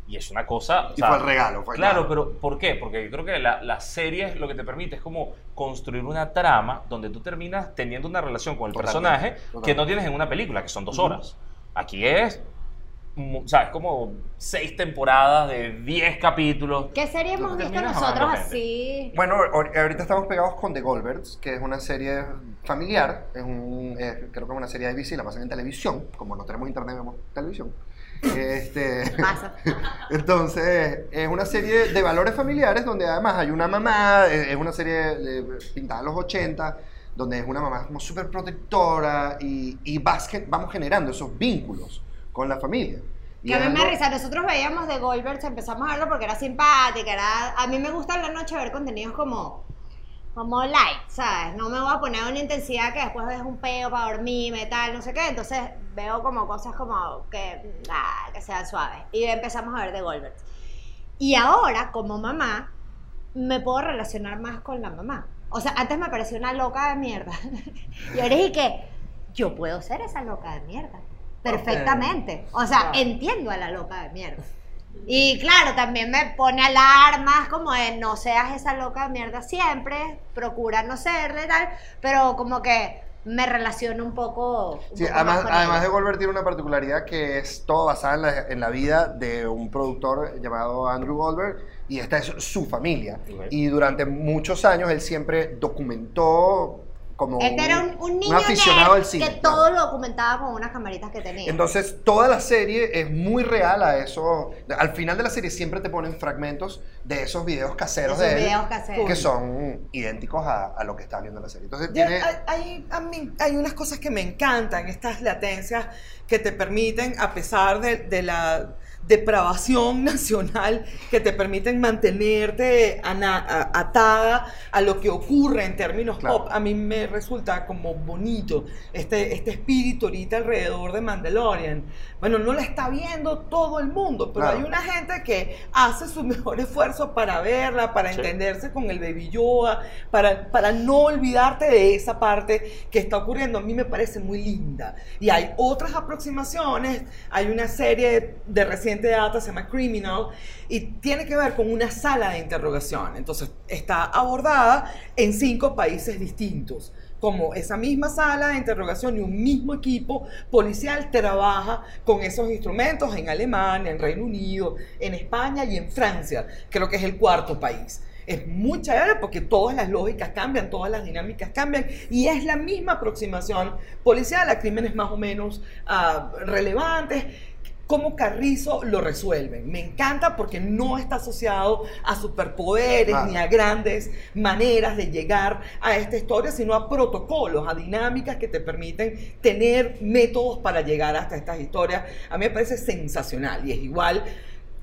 S3: Y es una cosa... o
S1: Y
S3: sea,
S1: fue el pues, regalo. Fue el
S3: Claro,
S1: regalo.
S3: pero ¿por qué? Porque yo creo que la, la serie es lo que te permite es como construir una trama donde tú terminas teniendo una relación con el
S1: Totalmente,
S3: personaje que
S1: totalmente.
S3: no tienes en una película, que son dos horas. Aquí es, mu- o sea, es como seis temporadas de 10 capítulos.
S2: ¿Qué serie hemos
S3: Terminas
S2: visto
S3: amando
S2: nosotros
S3: gente.
S2: así?
S1: Bueno, ahor- ahorita estamos pegados con The Goldbergs, que es una serie familiar, es un, es- creo que es una serie de BBC, la pasan en televisión, como no tenemos internet, vemos televisión. Este,
S2: Pasa.
S1: entonces, es una serie de valores familiares donde además hay una mamá, es es una serie de- pintada a los 80, donde es una mamá como súper protectora y, y vas gen- vamos generando esos vínculos con la familia. Y
S2: Que a mí
S1: es
S2: me da
S1: algo-
S2: risa, nosotros veíamos de Goldberg, empezamos a verlo porque era simpática, era... a mí me gusta en la noche ver contenidos como, como light, ¿sabes? No me voy a poner una intensidad que después es un peo para dormirme, tal, no sé qué, entonces veo como cosas como que, ah, que sean suaves. Y empezamos a ver de Goldberg. Y ahora, como mamá, me puedo relacionar más con la mamá. O sea, antes me parecía una loca de mierda. y ahora dije que yo puedo ser esa loca de mierda. Perfectamente. O sea,
S4: Claro.
S2: entiendo a la loca de mierda. Y claro, también me pone alarmas como de no seas esa loca de mierda siempre, procura no serle tal, pero como que me relaciono un poco. un
S1: Sí,
S2: poco más
S1: además,
S2: con
S1: además
S2: ella.
S1: de Goldberg tiene una particularidad que es todo basada en la, en la vida de un productor llamado Andrew Goldberg y esta es su familia.
S3: Ok.
S1: Y durante muchos años él siempre documentó como
S2: Este era un, un niño
S1: aficionado
S2: nerd
S1: al cine.
S2: que
S1: claro.
S2: todo lo documentaba con unas camaritas que tenía.
S1: Entonces, toda la serie es muy real a eso. Al final de la serie siempre te ponen fragmentos de esos videos caseros
S2: Esos
S1: de él
S2: videos caseros.
S1: que son idénticos a, a lo que estás viendo en la serie. Entonces,
S4: Ya,
S1: tiene...
S4: hay, hay- a mí- hay unas cosas que me encantan, estas latencias que te permiten, a pesar de, de la depravación nacional, que te permiten mantenerte ana- a- atada a lo que ocurre en términos
S1: Claro.
S4: pop. A mí me resulta como bonito este, este espíritu ahorita alrededor de Mandalorian. Bueno, no la está viendo todo el mundo, pero
S1: Claro.
S4: hay una gente que hace su mejor esfuerzo para verla, para
S3: Sí.
S4: entenderse con el Baby Yoda, para, para no olvidarte de esa parte que está ocurriendo. A mí me parece muy linda. Y hay otras aproximaciones. Hay una serie de reciente data, se llama Criminal, y tiene que ver con una sala de interrogación. Entonces, está abordada en cinco países distintos. Como esa misma sala de interrogación y un mismo equipo policial trabaja con esos instrumentos en Alemania, en Reino Unido, en España y en Francia. Creo que es el cuarto país. Es muy chévere porque todas las lógicas cambian, todas las dinámicas cambian y es la misma aproximación policial a crímenes más o menos ah, relevantes. Cómo Carrizo lo resuelven. Me encanta porque no está asociado a superpoderes
S1: Ah.
S4: ni a grandes maneras de llegar a esta historia, sino a protocolos, a dinámicas que te permiten tener métodos para llegar hasta estas historias. A mí me parece sensacional y es igual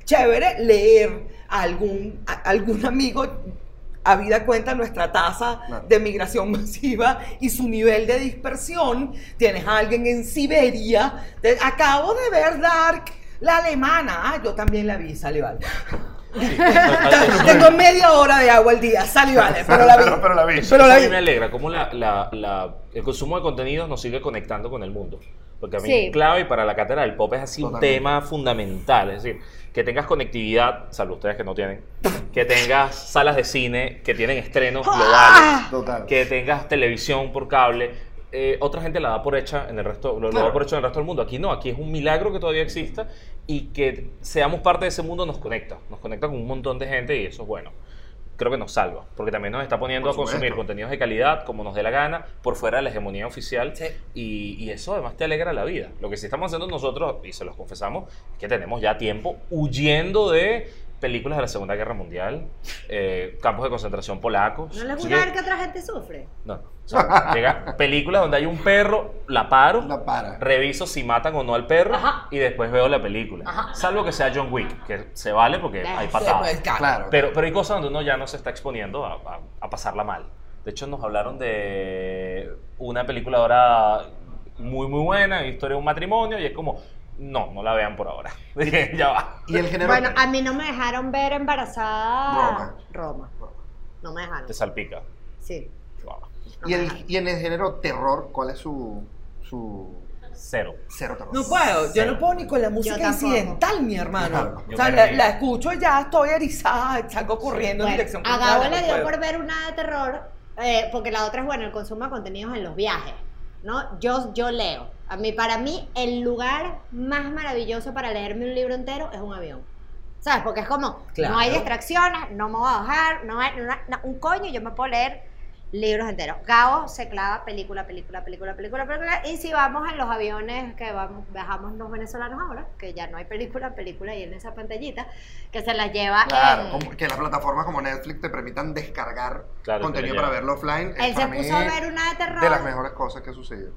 S4: chévere leer a algún, a- algún amigo habida cuenta nuestra tasa
S1: Claro.
S4: de migración masiva y su nivel de dispersión. Tienes a alguien en Siberia. Te- acabo de ver Dark, la alemana. Ah, yo también la vi, sale vale.
S3: pues,
S4: Tengo media hora de agua al día, sale vale, pero la vi.
S1: Pero- pero la vi.
S4: Pero
S3: Eso
S4: la
S3: a
S4: vi.
S3: mí me alegra cómo la- la- la- el consumo de contenidos nos sigue conectando con el mundo. Porque a mí
S2: Sí.
S3: es clave y para la cátedra del pop es así
S1: Totalmente.
S3: un tema fundamental. Es decir, que tengas conectividad, salvo ustedes que no tienen, que tengas salas de cine, que tienen estrenos globales,
S1: Total.
S3: que tengas televisión por cable. eh, otra gente la da por hecha en el resto, lo- lo,
S1: Claro.
S3: da por hecho en el resto del mundo. Aquí no, aquí es un milagro que todavía exista y que seamos parte de ese mundo nos conecta, nos conecta con un montón de gente y eso es bueno. Creo que nos salva, porque también nos está poniendo
S1: Por
S3: a consumir
S1: supuesto.
S3: contenidos de calidad como nos dé la gana, por fuera de la hegemonía oficial.
S4: Sí.
S3: Y, y eso además te alegra la vida. Lo que sí estamos haciendo nosotros, y se los confesamos, es que tenemos ya tiempo huyendo de películas de la Segunda Guerra Mundial, eh, campos de concentración polacos.
S2: ¿No les
S3: Así
S2: gusta
S3: que-
S2: ver que otra gente sufre?
S3: no. no. O sea, llega películas donde hay un perro, la paro,
S1: La para.
S3: reviso si matan o no al perro
S2: Ajá.
S3: y después veo la película. Salvo que sea John Wick, que se vale porque
S2: Ya,
S3: hay
S2: sí,
S3: patadas.
S4: pues, claro.
S1: Claro.
S3: Pero, pero hay cosas donde uno ya no se está exponiendo a, a- a pasarla mal. De hecho, nos hablaron de una película ahora muy, muy buena, historia de un matrimonio, y es como, no, no la vean por ahora. ya va.
S1: y el género...
S2: Bueno, a mí no me dejaron ver embarazada
S1: Roma.
S2: Roma. No me dejaron.
S3: Te salpica.
S2: Sí.
S3: Chihuahua.
S2: no
S1: Y,
S2: me
S1: el,
S2: dejaron.
S1: y en el género terror, ¿cuál es su, su
S3: Cero.
S1: cero terror?
S4: No puedo, yo no puedo ni con la música
S2: tampoco.
S4: incidental, mi hermano.
S1: Claro.
S4: O sea,
S3: Yo
S4: la,
S3: perdí.
S4: la escucho y ya estoy erizada, salgo corriendo en
S2: Bueno,
S4: dirección
S2: a
S4: contraria,
S2: Gabo
S4: no
S2: le dio
S4: puedo.
S2: por ver una de terror, eh, porque la otra es, bueno, el consumo de contenidos en los viajes, ¿no? Yo, yo leo. A mí, para mí, el lugar más maravilloso para leerme un libro entero es un avión. ¿Sabes? Porque es como,
S4: Claro.
S2: no hay distracciones, no me voy a bajar, no hay no- no- un coño, y yo me puedo leer libros enteros. Gabo se clava película, película, película, película, película. Y si vamos en los aviones que vamos, viajamos los venezolanos ahora, que ya no hay película, película y en esa pantallita, que se las lleva
S1: Claro,
S2: en-
S1: como- que las plataformas como Netflix te permitan descargar
S3: Claro,
S1: contenido
S3: pero ya.
S1: para verlo offline. es
S2: Él se
S1: para mí
S2: puso a ver una de terror.
S1: de las mejores cosas que sucedió.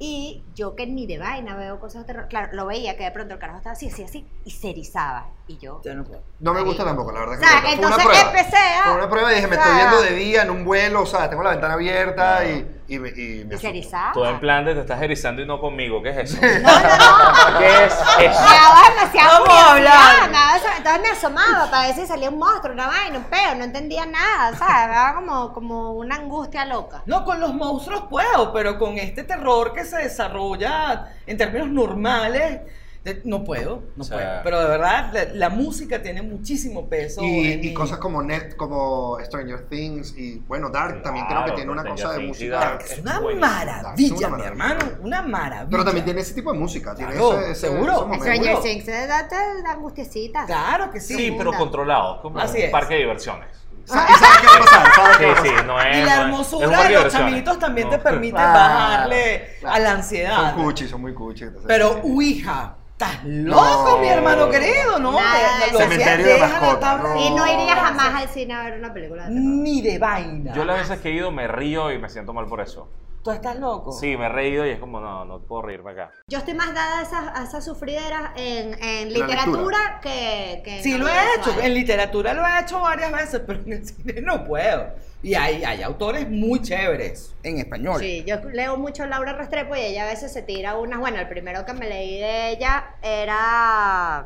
S2: Y yo que ni de vaina veo cosas de terror. Claro, lo veía que de pronto el carajo estaba así, así, así, y se erizaba. Y yo.
S4: Yo no puedo.
S1: No me
S2: Ahí.
S1: gusta tampoco, la verdad.
S2: O
S1: Que
S2: sea,
S1: no. Fue
S2: entonces
S1: una prueba.
S2: empecé a.
S1: Fue una prueba y dije, me
S2: o sea,
S1: estoy viendo de día en un vuelo, o sea, tengo la ventana abierta
S3: Claro.
S1: y, y me, y me
S2: Y se
S1: asustó.
S2: erizaba.
S3: Todo en plan de te estás erizando y no conmigo. ¿Qué es eso?
S2: Ah. No, no, no.
S3: ¿Qué es
S2: Me
S3: eso?
S2: daba demasiado
S4: Vamos a hablar.
S2: curiosidad, me daba eso- entonces me asomaba para ver si salía un monstruo, una vaina, un peo, no entendía nada, ¿sabes? Me daba como, como una angustia loca.
S4: No, con los monstruos puedo, pero con este terror que se desarrolla en términos normales, de- no puedo, no
S3: O sea-
S4: puedo. Pero de verdad, la, la música tiene muchísimo peso.
S1: Y,
S4: en
S1: y
S4: mi-
S1: cosas como Net, como Stranger Things y bueno, Dark también creo que
S3: Claro,
S1: tiene una
S3: Stranger
S1: cosa de
S3: Things y
S1: música.
S3: Dark.
S4: Es una
S3: Buenísimo.
S1: Es
S4: maravilla,
S1: una
S4: mi
S1: maravilla.
S4: hermano, una maravilla.
S1: Pero también tiene ese tipo de música, tiene
S4: Claro,
S1: ese, ese-
S4: seguro.
S1: ese momento.
S2: Stranger
S4: seguro.
S2: Things, te da te da angustiecita.
S4: Claro que sí.
S3: Sí, pero controlado. Como
S4: Así
S3: un
S4: es.
S3: parque de diversiones.
S1: Sa- ¿Y sabes qué va a pasar? ¿Sabes
S3: Sí,
S1: qué va a
S3: sí,
S1: pasar?
S3: no es.
S4: Y
S3: no es-
S4: la
S3: es un
S4: hermosura
S3: parque
S4: de los
S3: diversiones.
S4: chamitos también
S3: No. pues,
S4: te permite
S1: Claro,
S4: bajarle
S1: claro.
S4: a la
S1: Son
S4: ansiedad.
S1: cuchis, son muy cuchis. entonces- eh,
S4: Pero, uija, estás loco,
S1: No.
S4: mi hermano querido, ¿no?
S2: Nada de
S4: Lo- lo-
S1: Cementerio de
S4: deja la
S1: mascotas,
S4: tabla
S1: no.
S2: Y no iría
S4: de-
S2: jamás al cine a ver una película de terror.
S4: Ni de vaina.
S3: Yo las veces que he ido me río y me siento mal por eso.
S4: ¿Tú estás loco?
S3: Sí, me he reído y es como, no, no puedo reírme acá.
S2: Yo estoy más dada a esas, a esas sufrideras en, en
S1: La
S2: literatura que, que
S4: Sí,
S2: en
S4: lo he hecho.
S2: audiovisual.
S4: En literatura lo he hecho varias veces, pero en el cine no puedo. Y hay, hay autores muy chéveres en español.
S2: Sí, yo leo mucho a Laura Restrepo y ella a veces se tira unas. Bueno, el primero que me leí de ella era.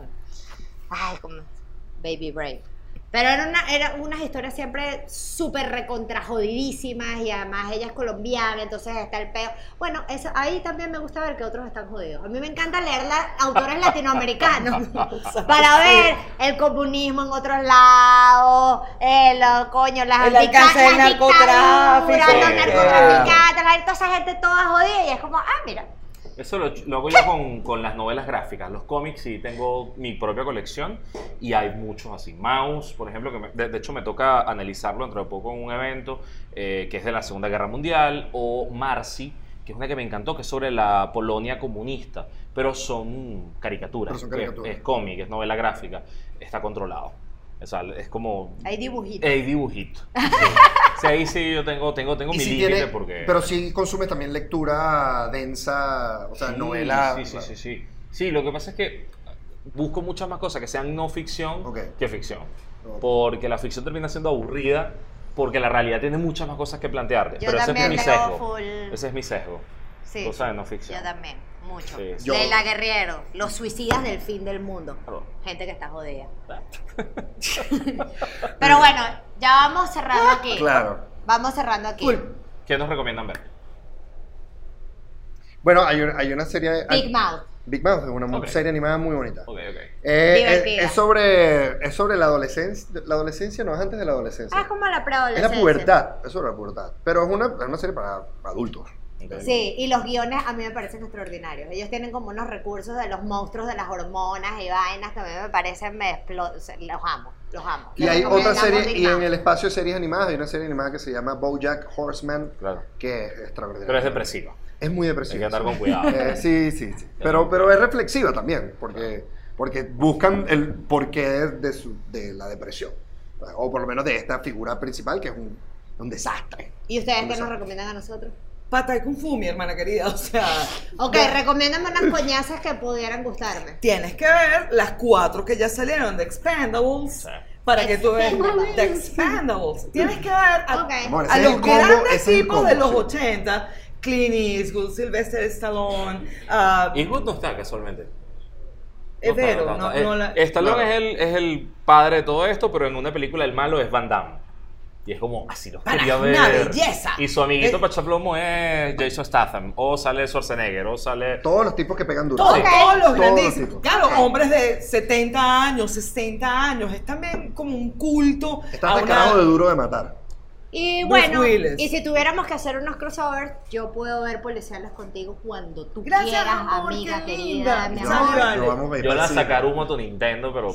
S2: Ay, como. Baby Brave. Pero eran una, era unas historias siempre súper recontrajodidísimas y además ella es colombiana, entonces está el peo. Bueno, eso, ahí también me gusta ver que otros están jodidos. A mí me encanta leer la- autores latinoamericanos para ver el comunismo en otros lados, eh, lo- coño, las
S4: El
S2: dica-
S4: alcance del
S2: las
S4: narcotráfico.
S2: dictaduras, los
S3: Sí, claro.
S2: narcotraficantes, la- toda esa gente toda jodida y es como, ah, mira.
S3: Eso lo, lo hago yo con, con las novelas gráficas, los cómics, y tengo mi propia colección y hay muchos así. Mouse, por ejemplo, que me- de, de hecho me toca analizarlo dentro de poco en un evento eh, que es de la Segunda Guerra Mundial, o Marcy, que es una que me encantó, que es sobre la Polonia comunista, pero son caricaturas,
S1: Pero son
S3: que es-
S1: caricaturas.
S3: Es, cómic, es novela gráfica, está controlado. O sea, es como...
S2: Hay dibujitos.
S3: Hay dibujito. Sí. Sí, ahí sí yo tengo, tengo, tengo
S1: Y
S3: mi
S1: sí
S3: límite
S1: tiene-
S3: porque...
S1: Pero sí consumes también lectura densa, o sea,
S3: Sí,
S1: novela.
S3: Mm, Sí, sí,
S1: claro.
S3: sí, sí. Sí, lo que pasa es que busco muchas más cosas que sean no ficción
S1: Ok.
S3: que ficción.
S1: Ok.
S3: Porque la ficción termina siendo aburrida porque la realidad tiene muchas más cosas que plantearte.
S2: Yo
S3: Pero ese es
S2: también
S3: mi
S2: leo
S3: sesgo.
S2: full.
S3: Ese es mi sesgo.
S2: Sí.
S3: Tú sabes, no ficción.
S2: Yo también, mucho.
S3: Sí, sí.
S1: Yo-
S2: Leila Guerrero, los suicidas del fin del mundo.
S3: Claro.
S2: Gente que está jodida. Pero bueno, ya vamos cerrando aquí.
S1: Claro.
S2: Vamos cerrando aquí.
S4: Cool.
S3: ¿Qué nos recomiendan ver?
S1: Bueno, hay una, hay una serie. hay-
S2: Big Mouth.
S1: Big Mouth es una mu-
S3: Ok.
S1: serie animada muy bonita.
S3: Ok, ok.
S1: Eh, es,
S2: Divertida.
S1: es sobre, es sobre la adolescencia. La adolescencia no es antes de la adolescencia.
S2: Ah, es como la
S1: es
S2: preadolescencia.
S1: la pubertad. Es sobre la pubertad. Pero es una, es una serie para adultos.
S2: Sí, y los guiones a mí me parecen extraordinarios. Ellos tienen como unos recursos de los monstruos, de las hormonas y vainas que a mí me parecen, me explo- se- los amo, los amo.
S1: Y
S2: Les
S1: hay otra
S2: recomendamos
S1: serie,
S2: Big
S1: y en
S2: Mouth.
S1: el espacio de series animadas, hay una serie animada que se llama Bojack Horseman,
S3: Claro.
S1: que es extraordinaria.
S3: Pero es depresiva.
S1: Es muy
S3: Hay
S1: depresiva.
S3: que andar
S1: sí.
S3: con cuidado.
S1: Eh, sí, sí, sí. Pero, pero es reflexiva también, porque, porque buscan el porqué de, su- de la depresión. O por lo menos de esta figura principal, que es un, un desastre.
S2: ¿Y ustedes qué nos
S1: Exacto.
S2: recomiendan a nosotros?
S4: Pata de Kung Fu, mi hermana querida. O sea.
S2: Ok,
S4: de-
S2: recomiéndame unas coñazas que pudieran gustarme.
S4: tienes que ver las cuatro que ya salieron de Expendables.
S3: Sí.
S4: Para que tú veas
S2: Expendables.
S4: de Expendables. Tienes que ver a,
S2: Ok.
S1: Amor,
S4: a
S1: ese es
S4: los
S1: el combo,
S4: grandes
S1: ese es el
S4: tipos de
S1: combo,
S4: los
S1: sí.
S4: 80. Clint Eastwood, Sylvester Stallone, ah,
S3: Y Good no está casualmente.
S4: es
S3: está,
S4: Vero,
S3: no
S4: no,
S3: está. Eh,
S4: no la-
S3: Stallone
S4: no.
S3: es, el, es el padre de todo esto, pero en una película el malo es Van Damme. Y es como, así los
S4: Para,
S3: quería ver.
S4: una belleza.
S3: Y su amiguito
S4: Eh.
S3: Pachaplomo es Jason Statham. O sale Schwarzenegger, o sale...
S1: Todos los tipos que pegan duro.
S4: Todos,
S3: Sí.
S4: todos los
S1: Todos
S4: grandísimos.
S1: tipos.
S4: Claro, hombres de 70 años, 60 años. Es también como un culto.
S1: Estás
S4: a
S1: tan
S4: una-
S1: carajo de duro de matar.
S2: Y
S4: Bruce
S2: bueno,
S4: Willis.
S2: y si tuviéramos que hacer unos crossovers, yo puedo ver policiales contigo cuando tú
S4: Gracias,
S2: quieras,
S4: amor,
S2: amiga
S4: qué
S2: querida,
S4: linda.
S2: mi
S1: Yo-
S4: Chao,
S2: amor.
S4: Gaby.
S1: yo vamos a ir
S3: Yo
S1: para
S3: la
S1: el cine.
S3: sacaré un moto Nintendo, pero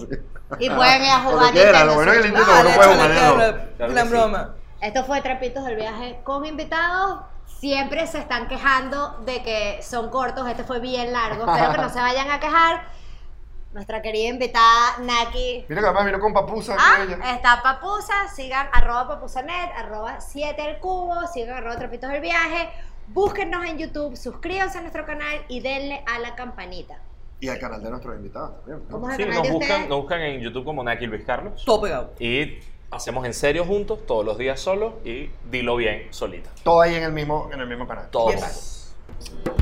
S2: Y pueden ir a
S1: Lo que
S2: jugar
S1: quiera,
S2: Nintendo
S1: lo bueno es que
S2: Switch.
S1: el Nintendo no
S4: Vale,
S1: puede
S4: échale,
S1: jugar de
S4: claro,
S3: dos. Claro
S4: La
S3: que sí.
S4: broma.
S2: Esto fue Trapitos del Viaje con invitados. Siempre se están quejando de que son cortos. Este fue bien largo. Espero que no se vayan a quejar. Nuestra querida invitada Naki
S1: Mira que además vino con papusa.
S2: Ah,
S1: aquella.
S4: eh.
S2: está Papusa, sigan arroba papusanet, arroba 7 el cubo, sigan arroba trapitos del viaje, búsquennos en YouTube, suscríbanse a nuestro canal y denle a la campanita.
S1: Y al canal de nuestros invitados también. ¿no?
S2: ¿Cómo es
S3: sí,
S2: el canal
S3: nos
S2: de ustedes?
S3: buscan, nos buscan en YouTube como Naki Luis Carlos.
S4: Todo pegado.
S3: Y hacemos en serio juntos, todos los días solos y dilo bien solita.
S1: Todo ahí en el mismo, en el mismo canal.
S3: Todos.
S4: Yes.
S3: juntos.